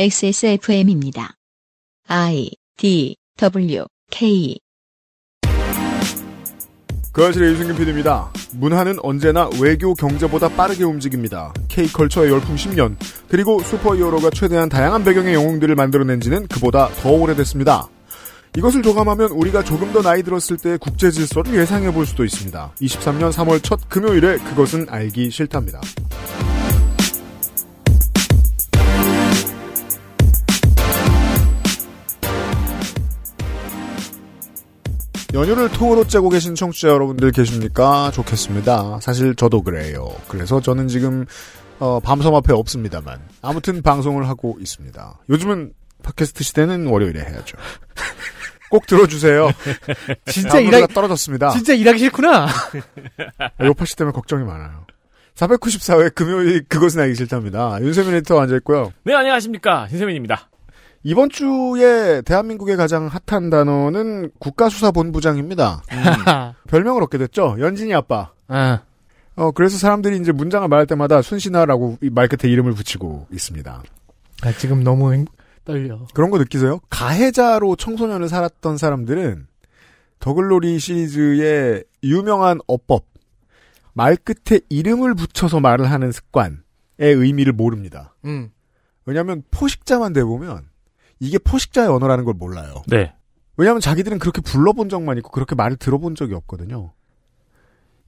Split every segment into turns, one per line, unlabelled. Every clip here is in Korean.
XSFM입니다. I D W K
그 아실의 유승균 PD입니다. 문화는 언제나 외교 경제보다 빠르게 움직입니다. K컬처의 열풍 10년, 그리고 슈퍼히어로가 최대한 다양한 배경의 영웅들을 만들어낸 지는 그보다 더 오래됐습니다. 이것을 조감하면 우리가 조금 더 나이 들었을 때의 국제 질서를 예상해 볼 수도 있습니다. 23년 3월 첫 금요일에 그것은 알기 싫답니다. 연휴를 통으로 째고 계신 청취자 여러분들 계십니까? 좋겠습니다. 사실 저도 그래요. 그래서 저는 지금 어, 밤섬 앞에 없습니다만 아무튼 방송을 하고 있습니다. 요즘은 팟캐스트 시대는 월요일에 해야죠. 꼭 들어주세요.
진짜
다운로드가
일하기
떨어졌습니다. 아,
진짜 일하기 싫구나.
요파 씨 때문에 걱정이 많아요. 494회 금요일 그것은 알기 싫답니다. 윤세민 에디터 앉아있고요.
네, 안녕하십니까. 신세민입니다.
이번 주에 대한민국의 가장 핫한 단어는 국가수사본부장입니다. 음. 별명을 얻게 됐죠. 연진이 아빠.
아,
어, 그래서 사람들이 이제 문장을 말할 때마다 순신아라고 이말 끝에 이름을 붙이고 있습니다.
아, 지금 너무 행- 떨려.
그런 거 느끼세요? 가해자로 청소년을 살았던 사람들은 더글로리 시리즈의 유명한 어법, 말 끝에 이름을 붙여서 말을 하는 습관의 의미를 모릅니다.
음.
왜냐하면 포식자만 돼보면 이게 포식자의 언어라는 걸 몰라요.
네.
왜냐하면 자기들은 그렇게 불러본 적만 있고 그렇게 말을 들어본 적이 없거든요.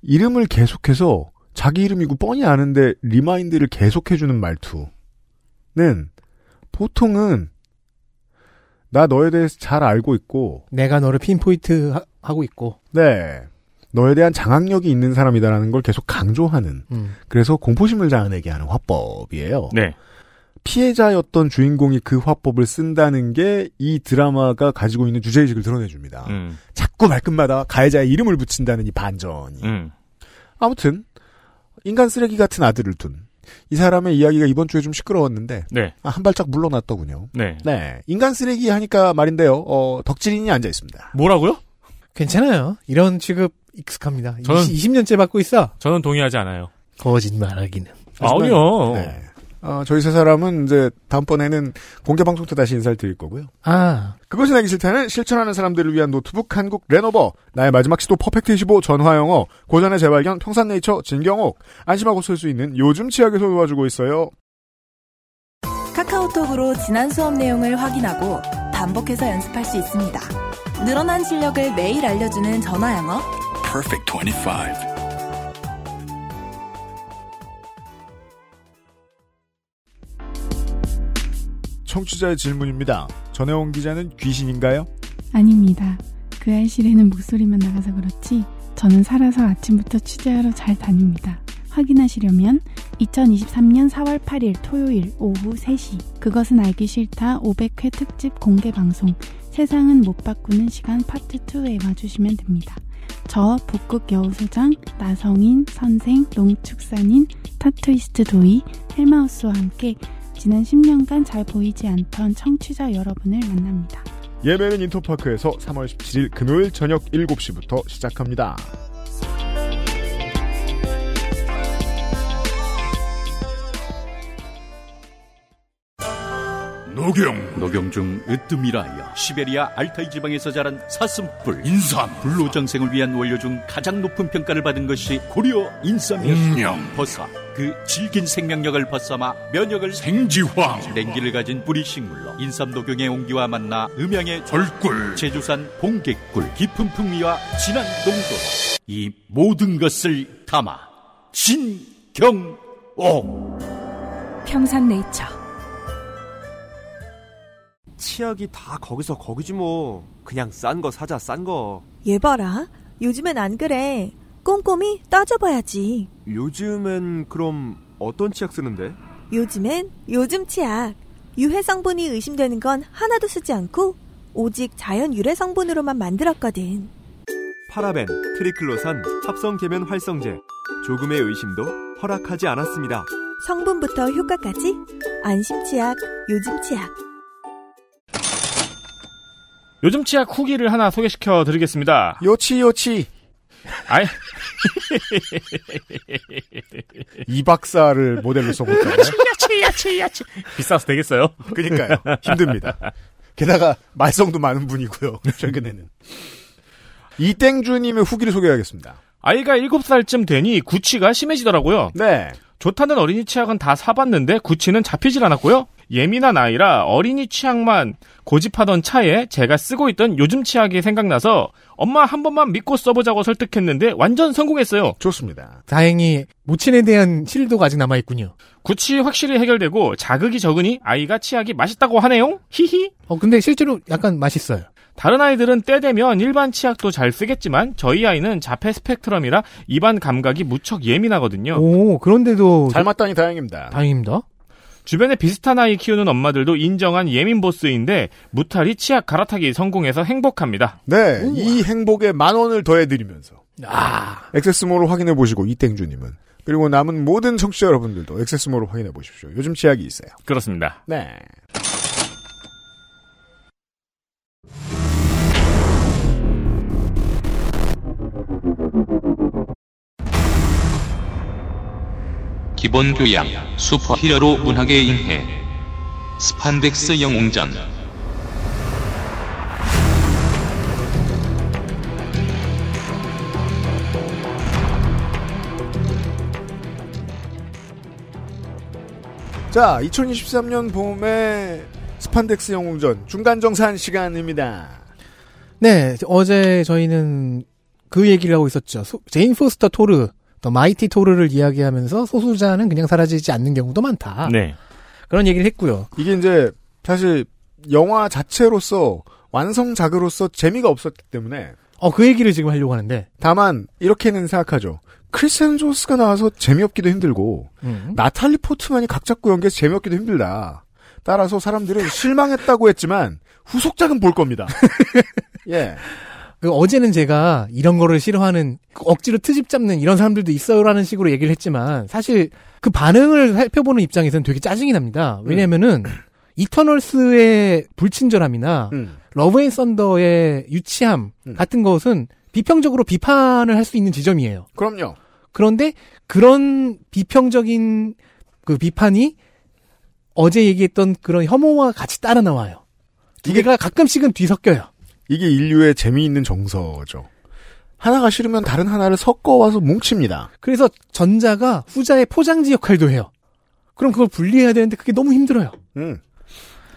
이름을 계속해서 자기 이름이고 뻔히 아는데 리마인드를 계속해주는 말투는 보통은 나 너에 대해서 잘 알고 있고
내가 너를 핀포인트 하, 하고 있고.
네 너에 대한 장악력이 있는 사람이다라는 걸 계속 강조하는
음.
그래서 공포심을 자아내게 하는 화법이에요.
네.
피해자였던 주인공이 그 화법을 쓴다는 게 이 드라마가 가지고 있는 주제의식을 드러내줍니다.
음.
자꾸 말끝마다 가해자의 이름을 붙인다는 이 반전이.
음.
아무튼 인간 쓰레기 같은 아들을 둔 이 사람의 이야기가 이번 주에 좀 시끄러웠는데
네.
아, 한 발짝 물러났더군요.
네.
네, 인간 쓰레기 하니까 말인데요. 어, 덕질인이 앉아 있습니다.
뭐라고요?
괜찮아요. 이런 취급 익숙합니다.
저는-
20, 년째 받고 있어.
저는 동의하지 않아요.
거짓말하기는.
아니요.
네. 어, 저희 세 사람은 이제 다음번에는 공개 방송 때 다시 인사를 드릴 거고요.
아,
그것이 나기 싫다는 실천하는 사람들을 위한 노트북 한국 레노버 나의 마지막 시도 퍼펙트 15 전화영어 고전의 재발견 평산네이처 진경옥 안심하고 쓸 수 있는 요즘 치약에서 도와주고 있어요.
카카오톡으로 지난 수업 내용을 확인하고 반복해서 연습할 수 있습니다. 늘어난 실력을 매일 알려주는 전화 영어.
Perfect 25.
청취자의 질문입니다. 전혜원 기자는 귀신인가요?
아닙니다. 그 아이실에는 목소리만 나가서 그렇지 저는 살아서 아침부터 취재하러 잘 다닙니다. 확인하시려면 2023년 4월 8일 토요일 오후 3시 그것은 알기 싫다 500회 특집 공개 방송 세상은 못 바꾸는 시간 파트 2에 와주시면 됩니다. 저 북극 여우소장, 나성인, 선생, 농축산인, 타투이스트 도이, 헬마우스와 함께 지난 10년간 잘 보이지 않던 청취자 여러분을 만납니다.
예매는 인터파크에서 3월 17일 금요일 저녁 7시부터 시작합니다.
노경
노경중 으뜸이라야 시베리아 알타이 지방에서 자란 사슴뿔
인삼
불로장생을 위한 원료 중 가장 높은 평가를 받은 것이 고려
음.
인삼이었습니다.
공령
버사 그 질긴 생명력을 벗삼아 면역을
생지황
냉기를 가진 뿌리 식물로 인삼 녹용의 온기와 만나 음양의 조-
벌꿀
제주산 봉개꿀 깊은 풍미와 진한 농도 이 모든 것을 담아 진경옥
평산네이처.
치약이 다 거기서 거기지 뭐. 그냥 싼 거 사자 싼 거.
얘 봐라. 요즘엔 안 그래. 꼼꼼히 따져봐야지.
요즘엔 그럼 어떤 치약 쓰는데?
요즘엔 요즘 치약. 유해 성분이 의심되는 건 하나도 쓰지 않고 오직 자연 유래 성분으로만 만들었거든.
파라벤, 트리클로산, 합성 계면 활성제. 조금의 의심도 허락하지 않았습니다.
성분부터 효과까지 안심 치약, 요즘 치약.
요즘 치약 후기를 하나 소개시켜 드리겠습니다.
요치 요치
아니,
이 박사를 모델로 써볼까요?
비싸서 되겠어요?
그니까요. 힘듭니다. 게다가 말썽도 많은 분이고요. 최근에는. 이땡주님의 후기를 소개하겠습니다.
아이가 7살쯤 되니 구취가 심해지더라고요.
네.
좋다는 어린이 치약은 다 사봤는데 구취는 잡히질 않았고요. 예민한 아이라 어린이 치약만 고집하던 차에 제가 쓰고 있던 요즘 치약이 생각나서 엄마 한 번만 믿고 써보자고 설득했는데 완전 성공했어요.
좋습니다.
다행히 모친에 대한 실도가 아직 남아있군요.
구취 확실히 해결되고 자극이 적으니 아이가 치약이 맛있다고 하네요. 히히.
어, 근데 실제로 약간 맛있어요.
다른 아이들은 때 되면 일반 치약도 잘 쓰겠지만 저희 아이는 자폐 스펙트럼이라 입안 감각이 무척 예민하거든요.
오, 그런데도
잘 맞다니 다행입니다.
다행입니다.
주변에 비슷한 아이 키우는 엄마들도 인정한 예민 보스인데 무탈이 치약 갈아타기 성공해서 행복합니다.
네. 이 행복에 만 원을 더해드리면서. 아. 액세스모를 확인해보시고, 이땡주님은. 그리고 남은 모든 청취자 여러분들도 액세스모를 확인해보십시오. 요즘 치약이 있어요.
그렇습니다.
네.
기본 교양, 슈퍼히어로 문학의 인해, 스판덱스 영웅전.
자, 2023년 봄에 스판덱스 영웅전 중간정산 시간입니다.
네, 어제 저희는 그 얘기를 하고 있었죠. 소- 제인 포스터 토르, 더 마이티 토르를 이야기하면서 소수자는 그냥 사라지지 않는 경우도
아.
많다.
네.
그런 얘기를 했고요.
이게 이제 사실 영화 자체로서 완성작으로서 재미가 없었기 때문에
어, 그 얘기를 지금 하려고 하는데.
다만 이렇게는 생각하죠. 크리스 햄조스가 나와서 재미없기도 힘들고 나탈리 포트만이 각 잡고 연기해서 재미없기도 힘들다. 따라서 사람들은 실망했다고 했지만 후속작은 볼 겁니다. 예.
그 어제는 제가 이런 거를 싫어하는 그 억지로 트집 잡는 이런 사람들도 있어요라는 식으로 얘기를 했지만 사실 그 반응을 살펴보는 입장에서는 되게 짜증이 납니다. 왜냐면은 이터널스의 불친절함이나
음.
러브 앤 썬더의 유치함
음.
같은 것은 비평적으로 비판을 할 수 있는 지점이에요.
그럼요.
그런데 그런 비평적인 그 비판이 어제 얘기했던 그런 혐오와 같이 따라 나와요. 두
이게-
개가 가끔씩은 뒤섞여요.
이게 인류의 재미있는 정서죠. 하나가 싫으면 다른 하나를 섞어와서 뭉칩니다.
그래서 전자가 후자의 포장지 역할도 해요. 그럼 그걸 분리해야 되는데 그게 너무 힘들어요.
음.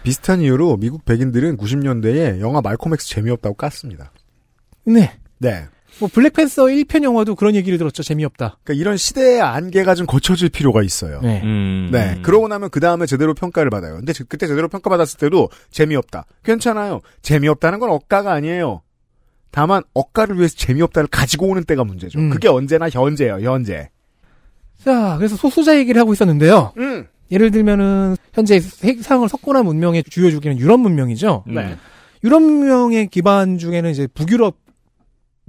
비슷한 이유로 미국 백인들은 90년대에 영화 말콤엑스 재미없다고 깠습니다.
네.
네.
뭐 블랙팬서 1편 영화도 그런 얘기를 들었죠. 재미없다.
그러니까 이런 시대의 안개가 좀 거쳐질 필요가 있어요. 네.
음.
그러고 나면 그 다음에 제대로 평가를 받아요. 근데 제- 그때 제대로 평가받았을 때도 재미없다. 괜찮아요. 재미없다는 건 억가가 아니에요. 다만 억가를 위해서 재미없다를 가지고 오는 때가 문제죠.
음.
그게 언제나 현재예요. 현재.
자, 그래서 소수자 얘기를 하고 있었는데요.
음.
예를 들면은 현재 해상을 석고나 문명의 주요 주기는 유럽 문명이죠.
네.
유럽 문명의 기반 중에는 이제 북유럽이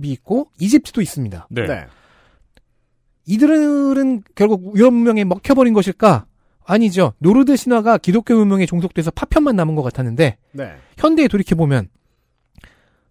있고 이집트도 있습니다.
네.
네.
이들은 결국 유럽 문명에 먹혀버린 것일까? 아니죠. 노르드 신화가 기독교 문명에 종속돼서 파편만 남은 것 같았는데
네.
현대에 돌이켜 보면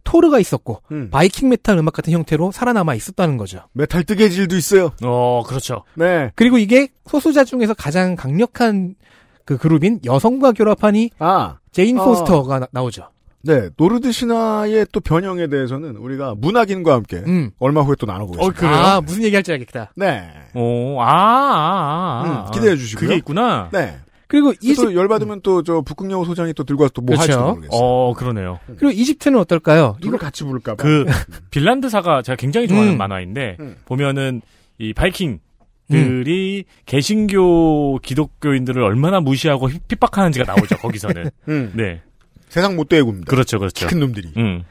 토르가 있었고
음.
바이킹 메탈 음악 같은 형태로 살아남아 있었다는 거죠.
메탈 뜨개질도 있어요.
어, 그렇죠.
네.
그리고 이게 소수자 중에서 가장 강력한 그 그룹인 여성과 결합하니
아.
제인
어.
포스터가 나, 오죠
네. 노르드 신화의 또 변형에 대해서는 우리가 문학인과 함께
음.
얼마 후에 또 나눠보겠습니다.
아 무슨 얘기할지 알겠다.
네.
오, 아, 아, 아.
음, 기대해 주시고요.
그게 있구나.
네.
그리고 이집
또 열받으면 또 저 북극여우 소장이 또 들고 와서 또 뭐 할지도
그렇죠.
모르겠어요.
어, 그러네요.
그리고 이집트는 어떨까요?
이걸 같이 부를까 봐.
그 빌란드사가 제가 굉장히 좋아하는
음.
만화인데
음.
보면은 이 바이킹
그
들이 개신교 기독교인들을 얼마나 무시하고 핍- 핍박하는지가 나오죠 거기서는
음.
네
세상 못되게 굽니다.
그렇죠 그렇죠
큰 놈들이.
음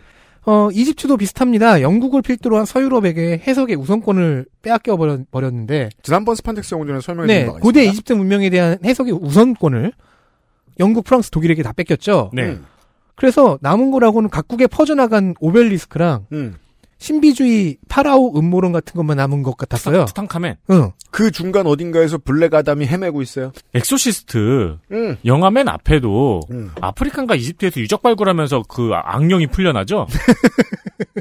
어, 이집트도 비슷합니다. 영국을 필두로 한 서유럽에게 해석의 우선권을 빼앗겨 버렸, 는데
지난번 스판덱스 영웅전에 설명해
네,
드린 바가
고대
있습니다.
이집트 문명에 대한 해석의 우선권을 영국, 프랑스, 독일에게 다 뺏겼죠.
네.
음.
그래서 남은 거라고는 각국에 퍼져나간 오벨리스크랑
음.
신비주의 파라오 음모론 같은 것만 남은 것 같았어요.
투탕카멘
응.
그 중간 어딘가에서 블랙 아담이 헤매고 있어요.
엑소시스트
음.
영화 맨 앞에도
음.
아프리칸과 이집트에서 유적 발굴하면서 그 악령이 풀려나죠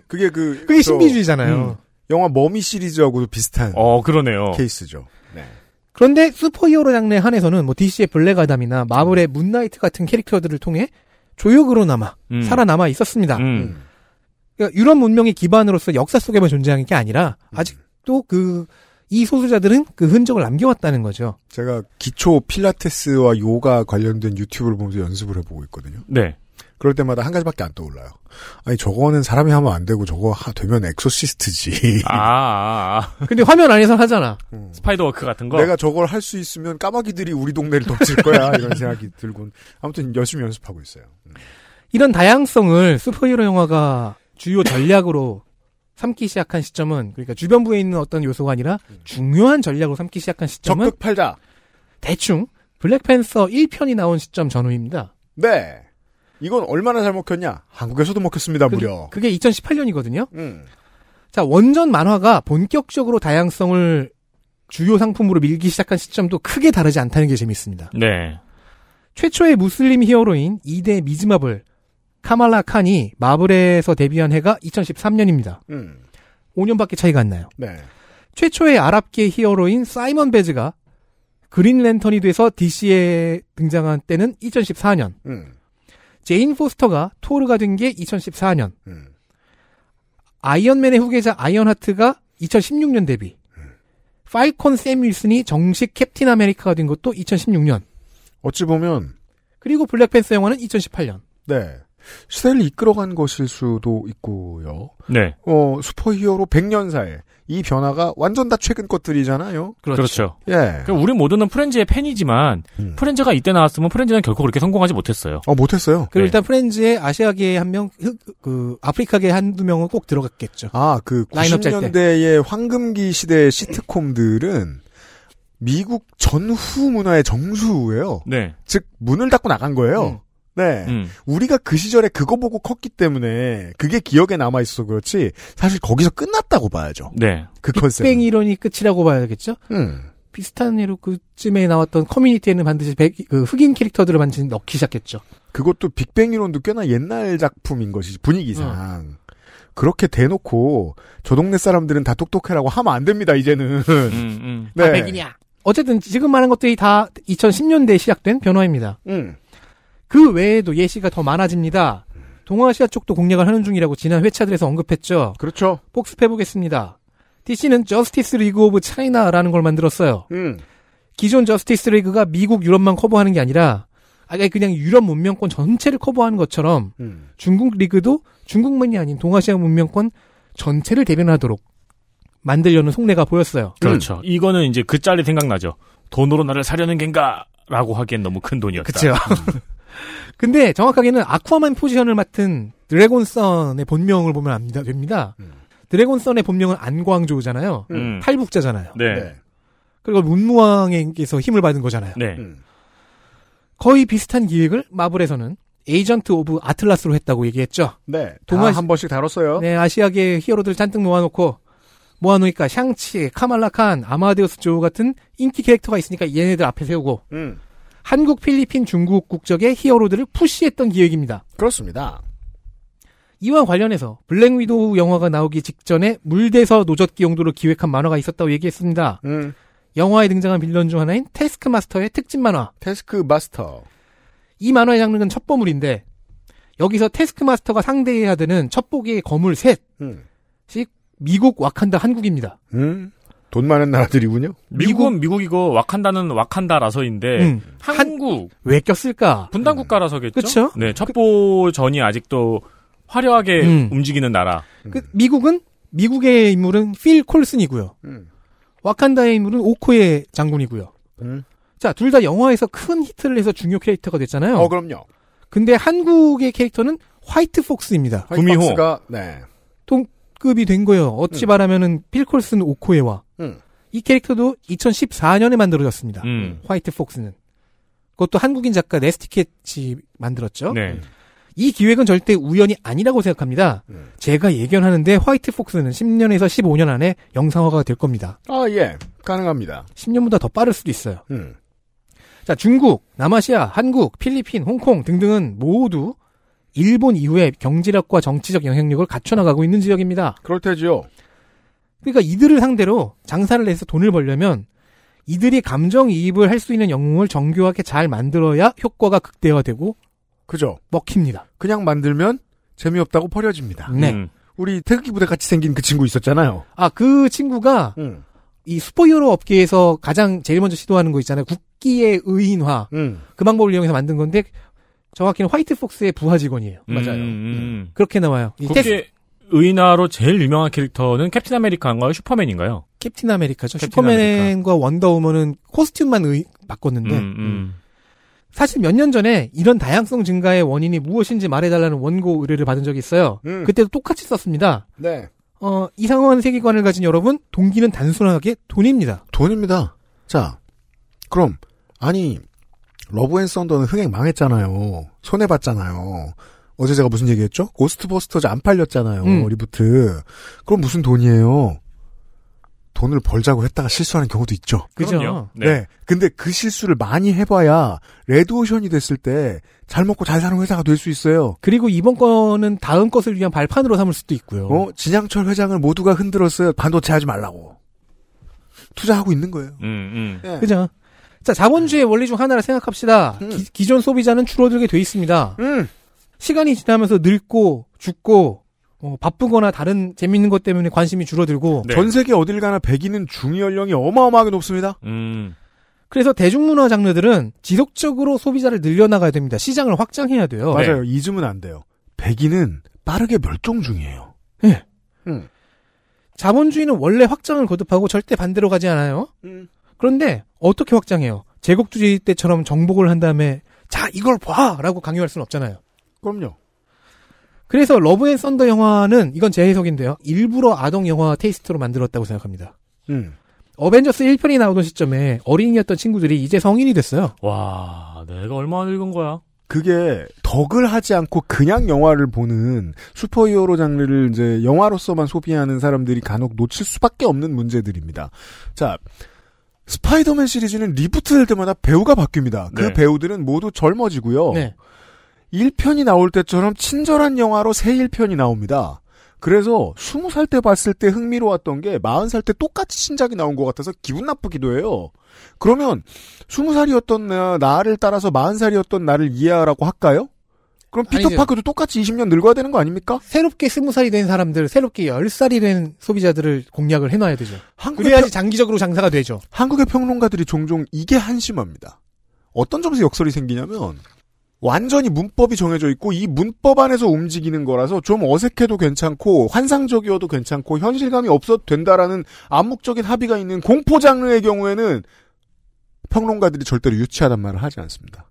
그게 그
그게
저
신비주의잖아요.
영화 머미 시리즈하고도 비슷한
어, 그러네요.
케이스죠. 네.
그런데 슈퍼히어로 장르에 한해서는 뭐 DC의 블랙아담이나 마블의 문나이트 같은 캐릭터들을 통해 조력으로나마
음.
살아남아 있었습니다.
음.
그러니까 유럽 문명의 기반으로서 역사 속에만 뭐 존재하는 게 아니라
음.
아직도 그 이 소수자들은 그 흔적을 남겨왔다는 거죠.
제가 기초 필라테스와 요가 관련된 유튜브를 보면서 연습을 해보고 있거든요.
네.
그럴 때마다 한 가지밖에 안 떠올라요. 아니 저거는 사람이 하면 안 되고 저거 하, 되면 엑소시스트지.
아, 아, 아.
근데 화면 안에서 하잖아.
음.
스파이더워크 같은 거.
내가 저걸 할 수 있으면 까마귀들이 우리 동네를 덮칠 거야 이런 생각이 들곤 아무튼 열심히 연습하고 있어요. 음.
이런 다양성을 슈퍼히어로 영화가 주요 전략으로 삼기 시작한 시점은 그러니까 주변부에 있는 어떤 요소가 아니라 중요한 전략으로 삼기 시작한 시점은
음. 적극 팔자.
대충 블랙팬서 1편이 나온 시점 전후입니다.
네. 이건 얼마나 잘 먹혔냐? 한국에서도 먹혔습니다 아, 무려.
그게 2018년이거든요.
음.
자, 원전 만화가 본격적으로 다양성을 주요 상품으로 밀기 시작한 시점도 크게 다르지 않다는 게 재밌습니다.
네.
최초의 무슬림 히어로인 2대 미즈마블 카말라 칸이 마블에서 데뷔한 해가 2013년입니다.
음.
5년밖에 차이가 안 나요.
네.
최초의 아랍계 히어로인 사이먼 베즈가 그린랜턴이 돼서 DC에 등장한 때는 2014년,
음.
제인 포스터가 토르가 된 게 2014년,
음.
아이언맨의 후계자 아이언하트가 2016년 데뷔. 파이콘 샘 윌슨이 정식 캡틴 아메리카가 된 것도 2016년.
어찌 보면
그리고 블랙팬서 영화는 2018년.
네. 시대를 이끌어간 것일 수도 있고요.
네.
어, 슈퍼히어로 100년사에 이 변화가 완전 다 최근 것들이잖아요.
그렇죠.
예.
그럼 우리 모두는 프렌즈의 팬이지만
음.
프렌즈가 이때 나왔으면 프렌즈는 결코 그렇게 성공하지 못했어요.
어, 못했어요.
그리고
네.
일단 프렌즈의 아시아계에 한 명, 흑- 그 아프리카계 한두 명은 꼭 들어갔겠죠.
아, 그
라인업 짤 때.
90년대의 황금기 시대의 시트콤들은 미국 전후 문화의 정수예요.
네.
즉 문을 닫고 나간 거예요.
음.
네.
음.
우리가 그 시절에 그거 보고 컸기 때문에 그게 기억에 남아 있어서 그렇지 사실 거기서 끝났다고 봐야죠.
네.
그 컨셉.
빅뱅 이론이 끝이라고 봐야겠죠?
음.
비슷한 예로 그쯤에 나왔던 커뮤니티에는 반드시 백, 그 흑인 캐릭터들을 반드시 넣기 시작했죠.
그것도 빅뱅 이론도 꽤나 옛날 작품인 것이지 분위기상 그렇게 대놓고 저 동네 사람들은 다 똑똑해라고 하면 안 됩니다 이제는
음, 음.
네.
어쨌든 지금 말한 것들이 다 2010년대에 시작된 변화입니다.
음.
그 외에도 예시가 더 많아집니다. 동아시아 쪽도 공략을 하는 중이라고 지난 회차들에서 언급했죠.
그렇죠
복습해보겠습니다. DC는 저스티스 리그 오브 차이나라는 걸 만들었어요.
음.
기존 저스티스 리그가 미국, 유럽만 커버하는 게 아니라 아예 그냥 유럽 문명권 전체를 커버하는 것처럼
음.
중국 리그도 중국만이 아닌 동아시아 문명권 전체를 대변하도록 만들려는 속내가 보였어요.
그렇죠. 이거는 이제 그 짤이 생각나죠. 돈으로 나를 사려는 겐가? 라고 하기엔 너무 큰 돈이었다.
그쵸. 음. 근데 정확하게는 아쿠아만 포지션을 맡은 드래곤선의 본명을 보면 압니다, 됩니다. 드래곤선의 본명은 안광조잖아요.
음.
탈북자잖아요.
네. 네.
네.
그리고 문무왕에게서 힘을 받은 거잖아요.
네.
음.
거의 비슷한 기획을 마블에서는 에이전트 오브 아틀라스로 했다고 얘기했죠.
네.
동아시-
다 한 번씩 다뤘어요
네, 아시아계 히어로들 잔뜩 모아놓고 모아놓으니까 샹치, 카말라칸, 아마데우스 조 같은 인기 캐릭터가 있으니까 얘네들 앞에 세우고
음.
한국, 필리핀, 중국 국적의 히어로들을 푸시했던 기획입니다.
그렇습니다
이와 관련해서 블랙 위도우 영화가 나오기 직전에 물대서 노젓기 용도로 기획한 만화가 있었다고 얘기했습니다.
음.
영화에 등장한 빌런 중 하나인 테스크마스터의 특집 만화.
테스크 마스터
이 만화의 장르는 첩보물인데 여기서 테스크마스터가 상대해야 되는 첩보기의 거물 셋이
음.
미국, 와칸다, 한국입니다.
음. 돈 많은 나라들이군요
미국은 미국이고 와칸다는 와칸다라서인데
네.
음.
한국
왜 꼈을까?
분단 국가라서겠죠.
그쵸?
네, 첩보 전이 아직도 화려하게
음.
움직이는 나라.
그 미국은 미국의 인물은 필 콜슨이고요.
음.
와칸다의 인물은 오코의 장군이고요.
음.
자, 둘 다 영화에서 큰 히트를 해서 중요 캐릭터가 됐잖아요.
어 그럼요
근데 한국의 캐릭터는 화이트 폭스입니다.
구미호.
화이트박스가- 네
급이 된 거예요. 어찌
음.
말하면은 필 콜슨 오코에와
음.
이 캐릭터도 2014년에 만들어졌습니다.
음.
화이트 폭스는 그것도 한국인 작가 음. 네스티켓이 만들었죠.
네.
이 기획은 절대 우연이 아니라고 생각합니다.
음.
제가 예견하는데 화이트 폭스는 10년에서 15년 안에 영상화가 될 겁니다.
아예 가능합니다
10년보다 더 빠를 수도 있어요.
음.
자, 중국, 남아시아, 한국, 필리핀, 홍콩 등등은 모두 일본 이후에 경제력과 정치적 영향력을 갖춰 나가고 있는 지역입니다.
그럴 테지요
그러니까 이들을 상대로 장사를 해서 돈을 벌려면 이들이 감정이입을 할 수 있는 영웅을 정교하게 잘 만들어야 효과가 극대화되고
그죠?
먹힙니다.
그냥 만들면 재미없다고 버려집니다.
네.
음.
우리 태극기 부대 같이 생긴 그 친구 있었잖아요.
아, 그 친구가
음.
이 슈퍼히어로 업계에서 가장 제일 먼저 시도하는 거 있잖아요. 국기의 의인화.
음.
그 방법을 이용해서 만든 건데 정확히는 화이트 폭스의 부하 직원이에요.
맞아요.
음.
그렇게 나와요. 이 테스-
국제 의인화로 제일 유명한 캐릭터는 캡틴 아메리카인가요? 슈퍼맨인가요?
캡틴 아메리카죠.
캡틴
슈퍼맨과 원더우먼은 코스튬만 의- 바꿨는데
음, 음.
사실 몇 년 전에 이런 다양성 증가의 원인이 무엇인지 말해달라는 원고 의뢰를 받은 적이 있어요.
음.
그때도 똑같이 썼습니다.
네.
어, 이상한 세계관을 가진 여러분, 동기는 단순하게 돈입니다.
돈입니다. 자, 그럼 아니 러브 앤 썬더는 흥행 망했잖아요. 손해 봤잖아요. 어제 제가 무슨 얘기했죠? 고스트버스터즈 안 팔렸잖아요.
음.
리부트. 그럼 무슨 돈이에요? 돈을 벌자고 했다가 실수하는 경우도 있죠.
그죠?
그럼요.
네. 근데 그 실수를 많이 해봐야 레드오션이 됐을 때 잘 먹고 잘 사는 회사가 될 수 있어요.
그리고 이번 거는 다음 것을 위한 발판으로 삼을 수도 있고요.
어? 진양철 회장을 모두가 흔들었어요. 반도체 하지 말라고. 투자하고 있는 거예요.
음, 음.
예.
그죠? 자, 자본주의 원리 중 하나를 생각합시다.
음.
기- 기존 소비자는 줄어들게 돼 있습니다.
음.
시간이 지나면서 늙고 죽고 어, 바쁘거나 다른 재밌는 것 때문에 관심이 줄어들고
네.
전 세계 어딜 가나 백인은 중위 연령이 어마어마하게 높습니다.
음.
그래서 대중문화 장르들은 지속적으로 소비자를 늘려나가야 됩니다. 시장을 확장해야 돼요.
맞아요. 이즘은 안 돼요. 백인은 빠르게 멸종 중이에요.
자본주의는 원래 확장을 거듭하고 절대 반대로 가지 않아요.
음.
그런데 어떻게 확장해요? 제국주의 때처럼 정복을 한 다음에 자 이걸 봐라고 강요할 수는 없잖아요.
그럼요.
그래서 러브 앤 썬더 영화는 이건 제 해석인데요. 일부러 아동 영화 테이스트로 만들었다고 생각합니다.
음.
어벤져스 1편이 나오던 시점에 어린이였던 친구들이 이제 성인이 됐어요.
와, 내가 얼마나 늙은 거야?
그게 덕을 하지 않고 그냥 영화를 보는 슈퍼히어로 장르를 이제 영화로서만 소비하는 사람들이 간혹 놓칠 수밖에 없는 문제들입니다. 자, 스파이더맨 시리즈는 리부트될 때마다 배우가 바뀝니다. 그
네.
배우들은 모두 젊어지고요.
네.
1편이 나올 때처럼 친절한 영화로 새 1편이 나옵니다. 그래서 20살 때 봤을 때 흥미로웠던 게 40살 때 똑같이 신작이 나온 것 같아서 기분 나쁘기도 해요. 그러면 20살이었던 나, 나를 따라서 40살이었던 나를 이해하라고 할까요? 그럼
아니죠.
피터파크도 똑같이 20년 늙어야 되는 거 아닙니까?
새롭게 스무 살이 된 사람들, 새롭게 열 살이 된 소비자들을 공략을 해놔야 되죠.
한국의,
그래야지 장기적으로 장사가 되죠.
한국의 평론가들이 종종 이게 한심합니다. 어떤 점에서 역설이 생기냐면 완전히 문법이 정해져 있고 이 문법 안에서 움직이는 거라서 좀 어색해도 괜찮고 환상적이어도 괜찮고 현실감이 없어도 된다라는 암묵적인 합의가 있는 공포 장르의 경우에는 평론가들이 절대로 유치하단 말을 하지 않습니다.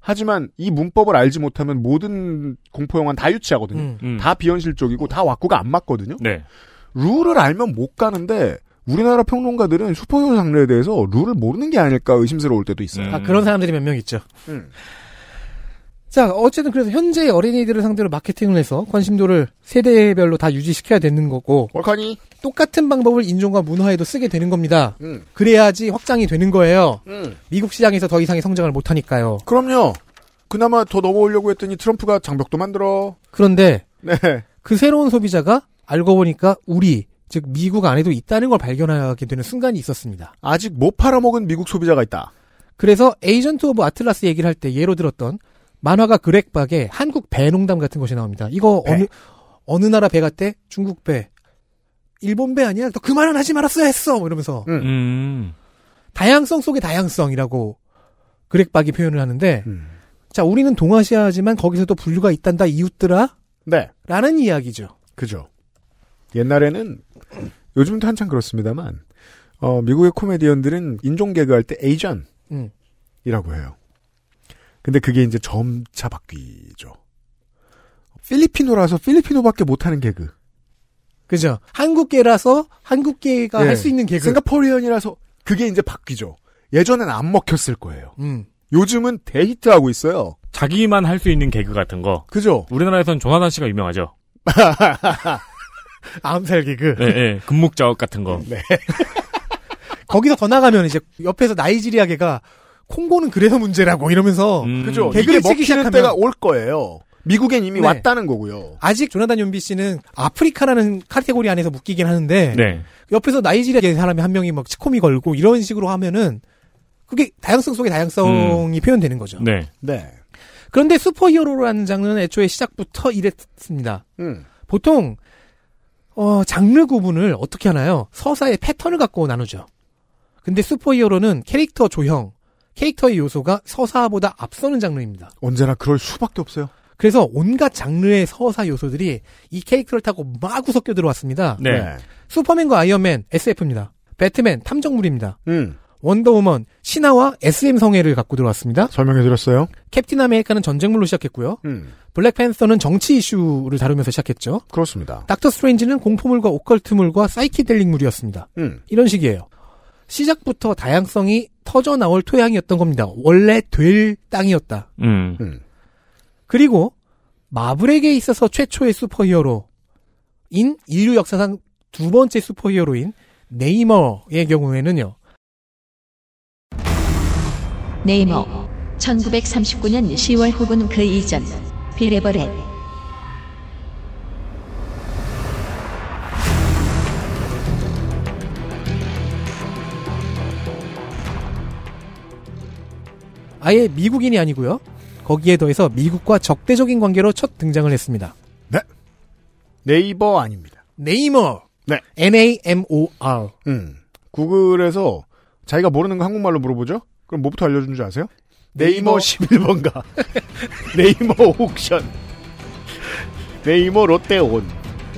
하지만 이 문법을 알지 못하면 모든 공포 영화는 다 유치하거든요.
음.
음.
다 비현실적이고 다 왁구가 안 맞거든요.
네.
룰을 알면 못 가는데 우리나라 평론가들은 슈퍼히어로 장르에 대해서 룰을 모르는 게 아닐까 의심스러울 때도 있어요.
아,
음.
그런 사람들이 몇 명 있죠.
음.
자, 어쨌든 그래서 현재 어린이들을 상대로 마케팅을 해서 관심도를 세대별로 다 유지시켜야 되는 거고
월카니.
똑같은 방법을 인종과 문화에도 쓰게 되는 겁니다.
음.
그래야지 확장이 되는 거예요.
음.
미국 시장에서 더 이상의 성장을 못 하니까요.
그럼요. 그나마 더 넘어오려고 했더니 트럼프가 장벽도 만들어.
그런데
네.
그 새로운 소비자가 알고 보니까 우리 즉 미국 안에도 있다는 걸 발견하게 되는 순간이 있었습니다.
아직 못 팔아먹은 미국 소비자가 있다.
그래서 에이전트 오브 아틀라스 얘기를 할 때 예로 들었던 만화가 그렉박의 한국 배농담 같은 것이 나옵니다. 이거
배.
어느 어느 나라 배 같대? 중국 배. 일본 배 아니야? 너 그 말은 하지 말았어야 했어. 뭐 이러면서
음.
음.
다양성 속의 다양성이라고 그렉박이 표현을 하는데
음.
자 우리는 동아시아지만 거기서도 분류가 있단다 이웃들아
네.
라는 이야기죠.
그죠. 옛날에는 요즘도 한창 그렇습니다만 어, 미국의 코미디언들은 인종 개그할 때 에이전이라고
음.
해요. 근데 그게 이제 점차 바뀌죠. 필리피노라서 필리피노밖에 못하는 개그.
그죠. 한국계라서 한국계가
예.
할 수 있는 개그.
싱가포리언이라서 그게 이제 바뀌죠. 예전엔 안 먹혔을 거예요.
음.
요즘은 대히트하고 있어요.
자기만 할 수 있는 개그 같은 거.
그죠?
우리나라에선 조나단 씨가 유명하죠.
암살 개그.
예, 예. 금목자업 같은 거.
거기서 더 나가면 이제 옆에서 나이지리아계가 콩고는 그래서 문제라고 이러면서
음.
그죠? 이게
개그를 치기
먹히는
시작하면-
때가 올 거예요. 미국엔 이미
네.
왔다는 거고요.
아직 조나단 연비 씨는 아프리카라는 카테고리 안에서 묶이긴 하는데
네.
옆에서 나이지리아 사람이 한 명이 막 치코미 걸고 이런 식으로 하면은 그게 다양성 속의 다양성이 표현되는 거죠.
네.
네.
그런데 슈퍼히어로라는 장르는 애초에 시작부터 이랬습니다.
음.
보통 어, 장르 구분을 어떻게 하나요? 서사의 패턴을 갖고 나누죠. 근데 슈퍼히어로는 캐릭터 조형, 캐릭터의 요소가 서사보다 앞서는 장르입니다.
언제나 그럴 수밖에 없어요.
그래서 온갖 장르의 서사 요소들이 이 캐릭터를 타고 마구 섞여 들어왔습니다.
네.
슈퍼맨과 아이언맨 SF입니다. 배트맨 탐정물입니다.
음.
원더우먼 신화와 SM 성애를 갖고 들어왔습니다.
설명해드렸어요.
캡틴 아메리카는 전쟁물로 시작했고요.
음.
블랙팬서는 정치 이슈를 다루면서 시작했죠.
그렇습니다.
닥터 스트레인지는 공포물과 오컬트물과 사이키델릭물이었습니다.
음.
이런 식이에요. 시작부터 다양성이 터져 나올 토양이었던 겁니다. 원래 될 땅이었다.
음.
음.
그리고 마블에게 있어서 최초의 슈퍼히어로인 인류 역사상 두 번째 슈퍼히어로인 네이머의 경우에는요.
네이머 1939년 10월 혹은 그 이전 빌에버렛
아예 미국인이 아니고요. 거기에 더해서 미국과 적대적인 관계로 첫 등장을 했습니다.
네이버 아닙니다.
네이머.
네.
N-A-M-O-R.
음. 구글에서 자기가 모르는 거 한국말로 물어보죠? 그럼 뭐부터 알려준 줄 아세요? 네이머, 11번가. 네이머 옥션. 네이머 롯데온.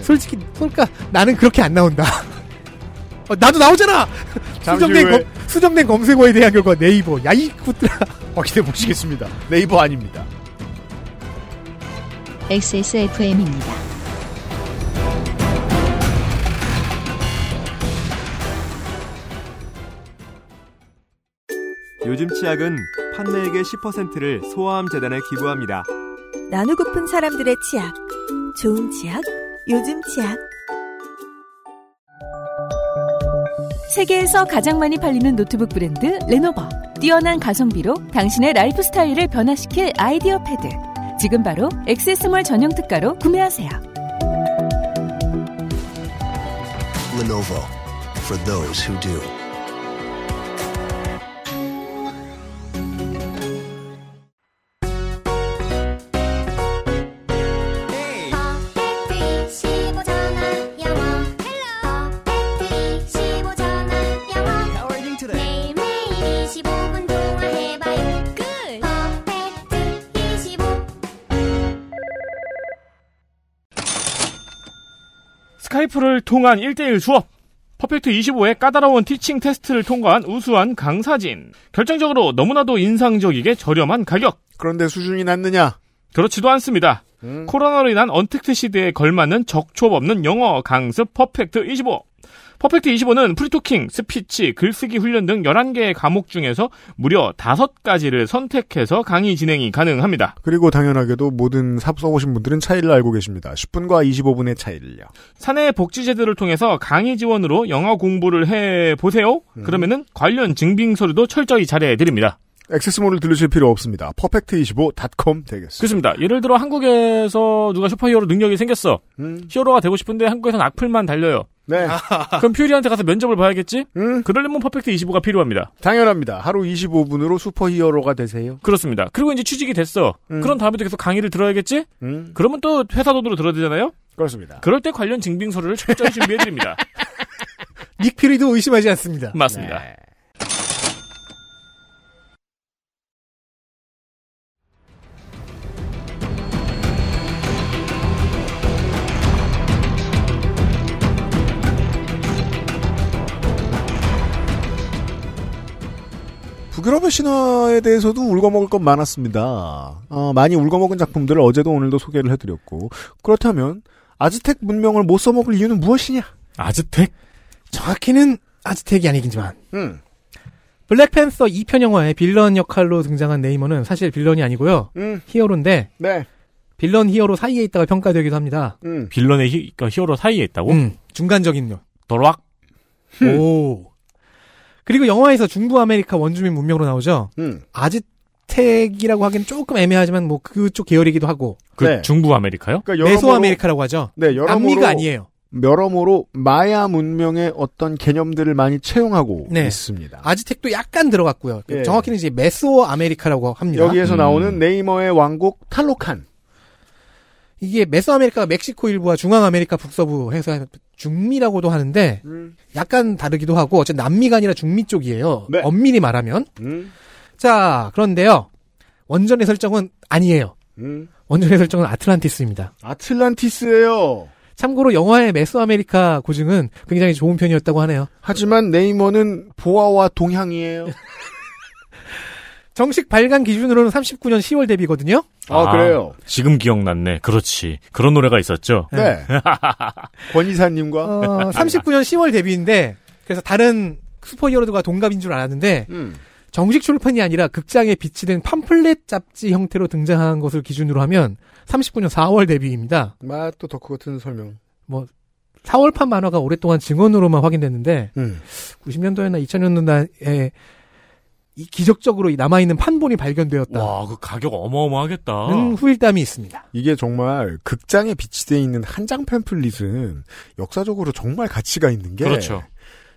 솔직히, 그러니까 나는 그렇게 안 나온다. 어, 나도 나오잖아!
잠시
수정된,
후에-
검, 수정된 검색어에 대한 결과 네이버. 야, 이 굿들아.
확인해 보시겠습니다. 네이버 아닙니다.
XSFM입니다.
요즘 치약은 판매액의 10%를 소아암 재단에 기부합니다.
나누고픈 사람들의 치약. 좋은 치약, 요즘 치약.
세계에서 가장 많이 팔리는 노트북 브랜드 레노버. 뛰어난 가성비로 당신의 라이프 스타일을 변화시킬 아이디어 패드. 지금 바로 액세스몰 전용 특가로 구매하세요.
Lenovo for those who do.
스카이프를 통한 1대1 수업. 퍼펙트 25의 까다로운 티칭 테스트를 통과한 우수한 강사진. 결정적으로 너무나도 인상적이게 저렴한 가격.
그런데 수준이 낮느냐?
그렇지도 않습니다. 코로나로 인한 언택트 시대에 걸맞는 적촉 없는 영어 강습 퍼펙트 25. 퍼펙트 25는 프리토킹, 스피치, 글쓰기 훈련 등 11개의 과목 중에서 무려 5가지를 선택해서 강의 진행이 가능합니다.
그리고 당연하게도 모든 삽 써보신 분들은 차이를 알고 계십니다. 10분과 25분의 차이를요.
사내 복지제도를 통해서 강의 지원으로 영어 공부를 해 보세요. 그러면은 관련 증빙 서류도 철저히 잘해 드립니다.
액세스몰을 들르실 필요 없습니다. 퍼펙트25.com 되겠습니다.
그렇습니다. 예를 들어 한국에서 누가 슈퍼히어로 능력이 생겼어.
음.
히어로가 되고 싶은데 한국에선 악플만 달려요.
네.
그럼 퓨리한테 가서 면접을 봐야겠지?
음.
그러려면 퍼펙트 25가 필요합니다.
당연합니다. 하루 25분으로 슈퍼히어로가 되세요.
그렇습니다. 그리고 이제 취직이 됐어.
음.
그런 다음에도 계속 강의를 들어야겠지?
음.
그러면 또 회사 돈으로 들어야 되잖아요?
그렇습니다.
그럴 때 관련 증빙 서류를 철저히 준비해 드립니다.
닉 퓨리도 의심하지 않습니다.
맞습니다.
네. 북유럽의 신화에 대해서도 울거먹을 건 많았습니다. 어, 많이 울거먹은 작품들을 어제도 오늘도 소개를 해드렸고 그렇다면 아즈텍 문명을 못 써먹을 이유는 무엇이냐?
아즈텍?
정확히는 아즈텍이 아니긴지만.
음,
블랙팬서 2편 영화의 빌런 역할로 등장한 네이머는 사실 빌런이 아니고요.
음,
히어로인데
네,
빌런 히어로 사이에 있다가 평가되기도 합니다.
음,
빌런의 히, 그러니까 히어로 사이에 있다고?
음, 중간적인 요.
도락?
오. 그리고 영화에서 중부 아메리카 원주민 문명으로 나오죠.
음,
아즈텍 주택이라고 하기엔 조금 애매하지만 뭐 그쪽 계열이기도 하고.
그 중부 아메리카요?
메소 아메리카라고 하죠.
그러니까 네, 여러모로
남미가 아니에요.
여러모로 마야 문명의 어떤 개념들을 많이 채용하고
네.
있습니다.
아즈텍도 약간 들어갔고요.
예.
정확히는 이제 메소 아메리카라고 합니다. 음.
여기에서 나오는 네이머의 왕국 탈로칸.
이게 메소 아메리카가 멕시코 일부와 중앙 아메리카 북서부 해서 중미라고도 하는데 약간 다르기도 하고 어쨌든 남미가 아니라 중미 쪽이에요. 엄밀히 말하면. 자, 그런데요. 원전의 설정은 아니에요.
음,
원전의 설정은 아틀란티스입니다.
아틀란티스예요.
참고로 영화의 메소 아메리카 고증은 굉장히 좋은 편이었다고 하네요.
하지만 네이머는 보아와 동향이에요.
정식 발간 기준으로는 39년 10월 데뷔거든요.
아,
지금 기억났네. 그렇지. 그런 노래가 있었죠.
네.
권 이사님과
어, 39년 10월 데뷔인데 그래서 다른 슈퍼히어로들과 동갑인 줄 알았는데
음.
정식 출판이 아니라 극장에 비치된 팜플렛 잡지 형태로 등장한 것을 기준으로 하면 39년 4월 데뷔입니다.
마또 덕후 같은 설명.
뭐 4월판 만화가 오랫동안 증언으로만 확인됐는데
음.
90년도에나 2000년도에 이 기적적으로 이 남아있는 판본이
네.
발견되었다는
와, 그 가격 어마어마하겠다.
음,
후일담이 있습니다.
이게 정말 극장에 비치돼 있는 한 장 팸플릿은 역사적으로 정말 가치가 있는 게
그렇죠.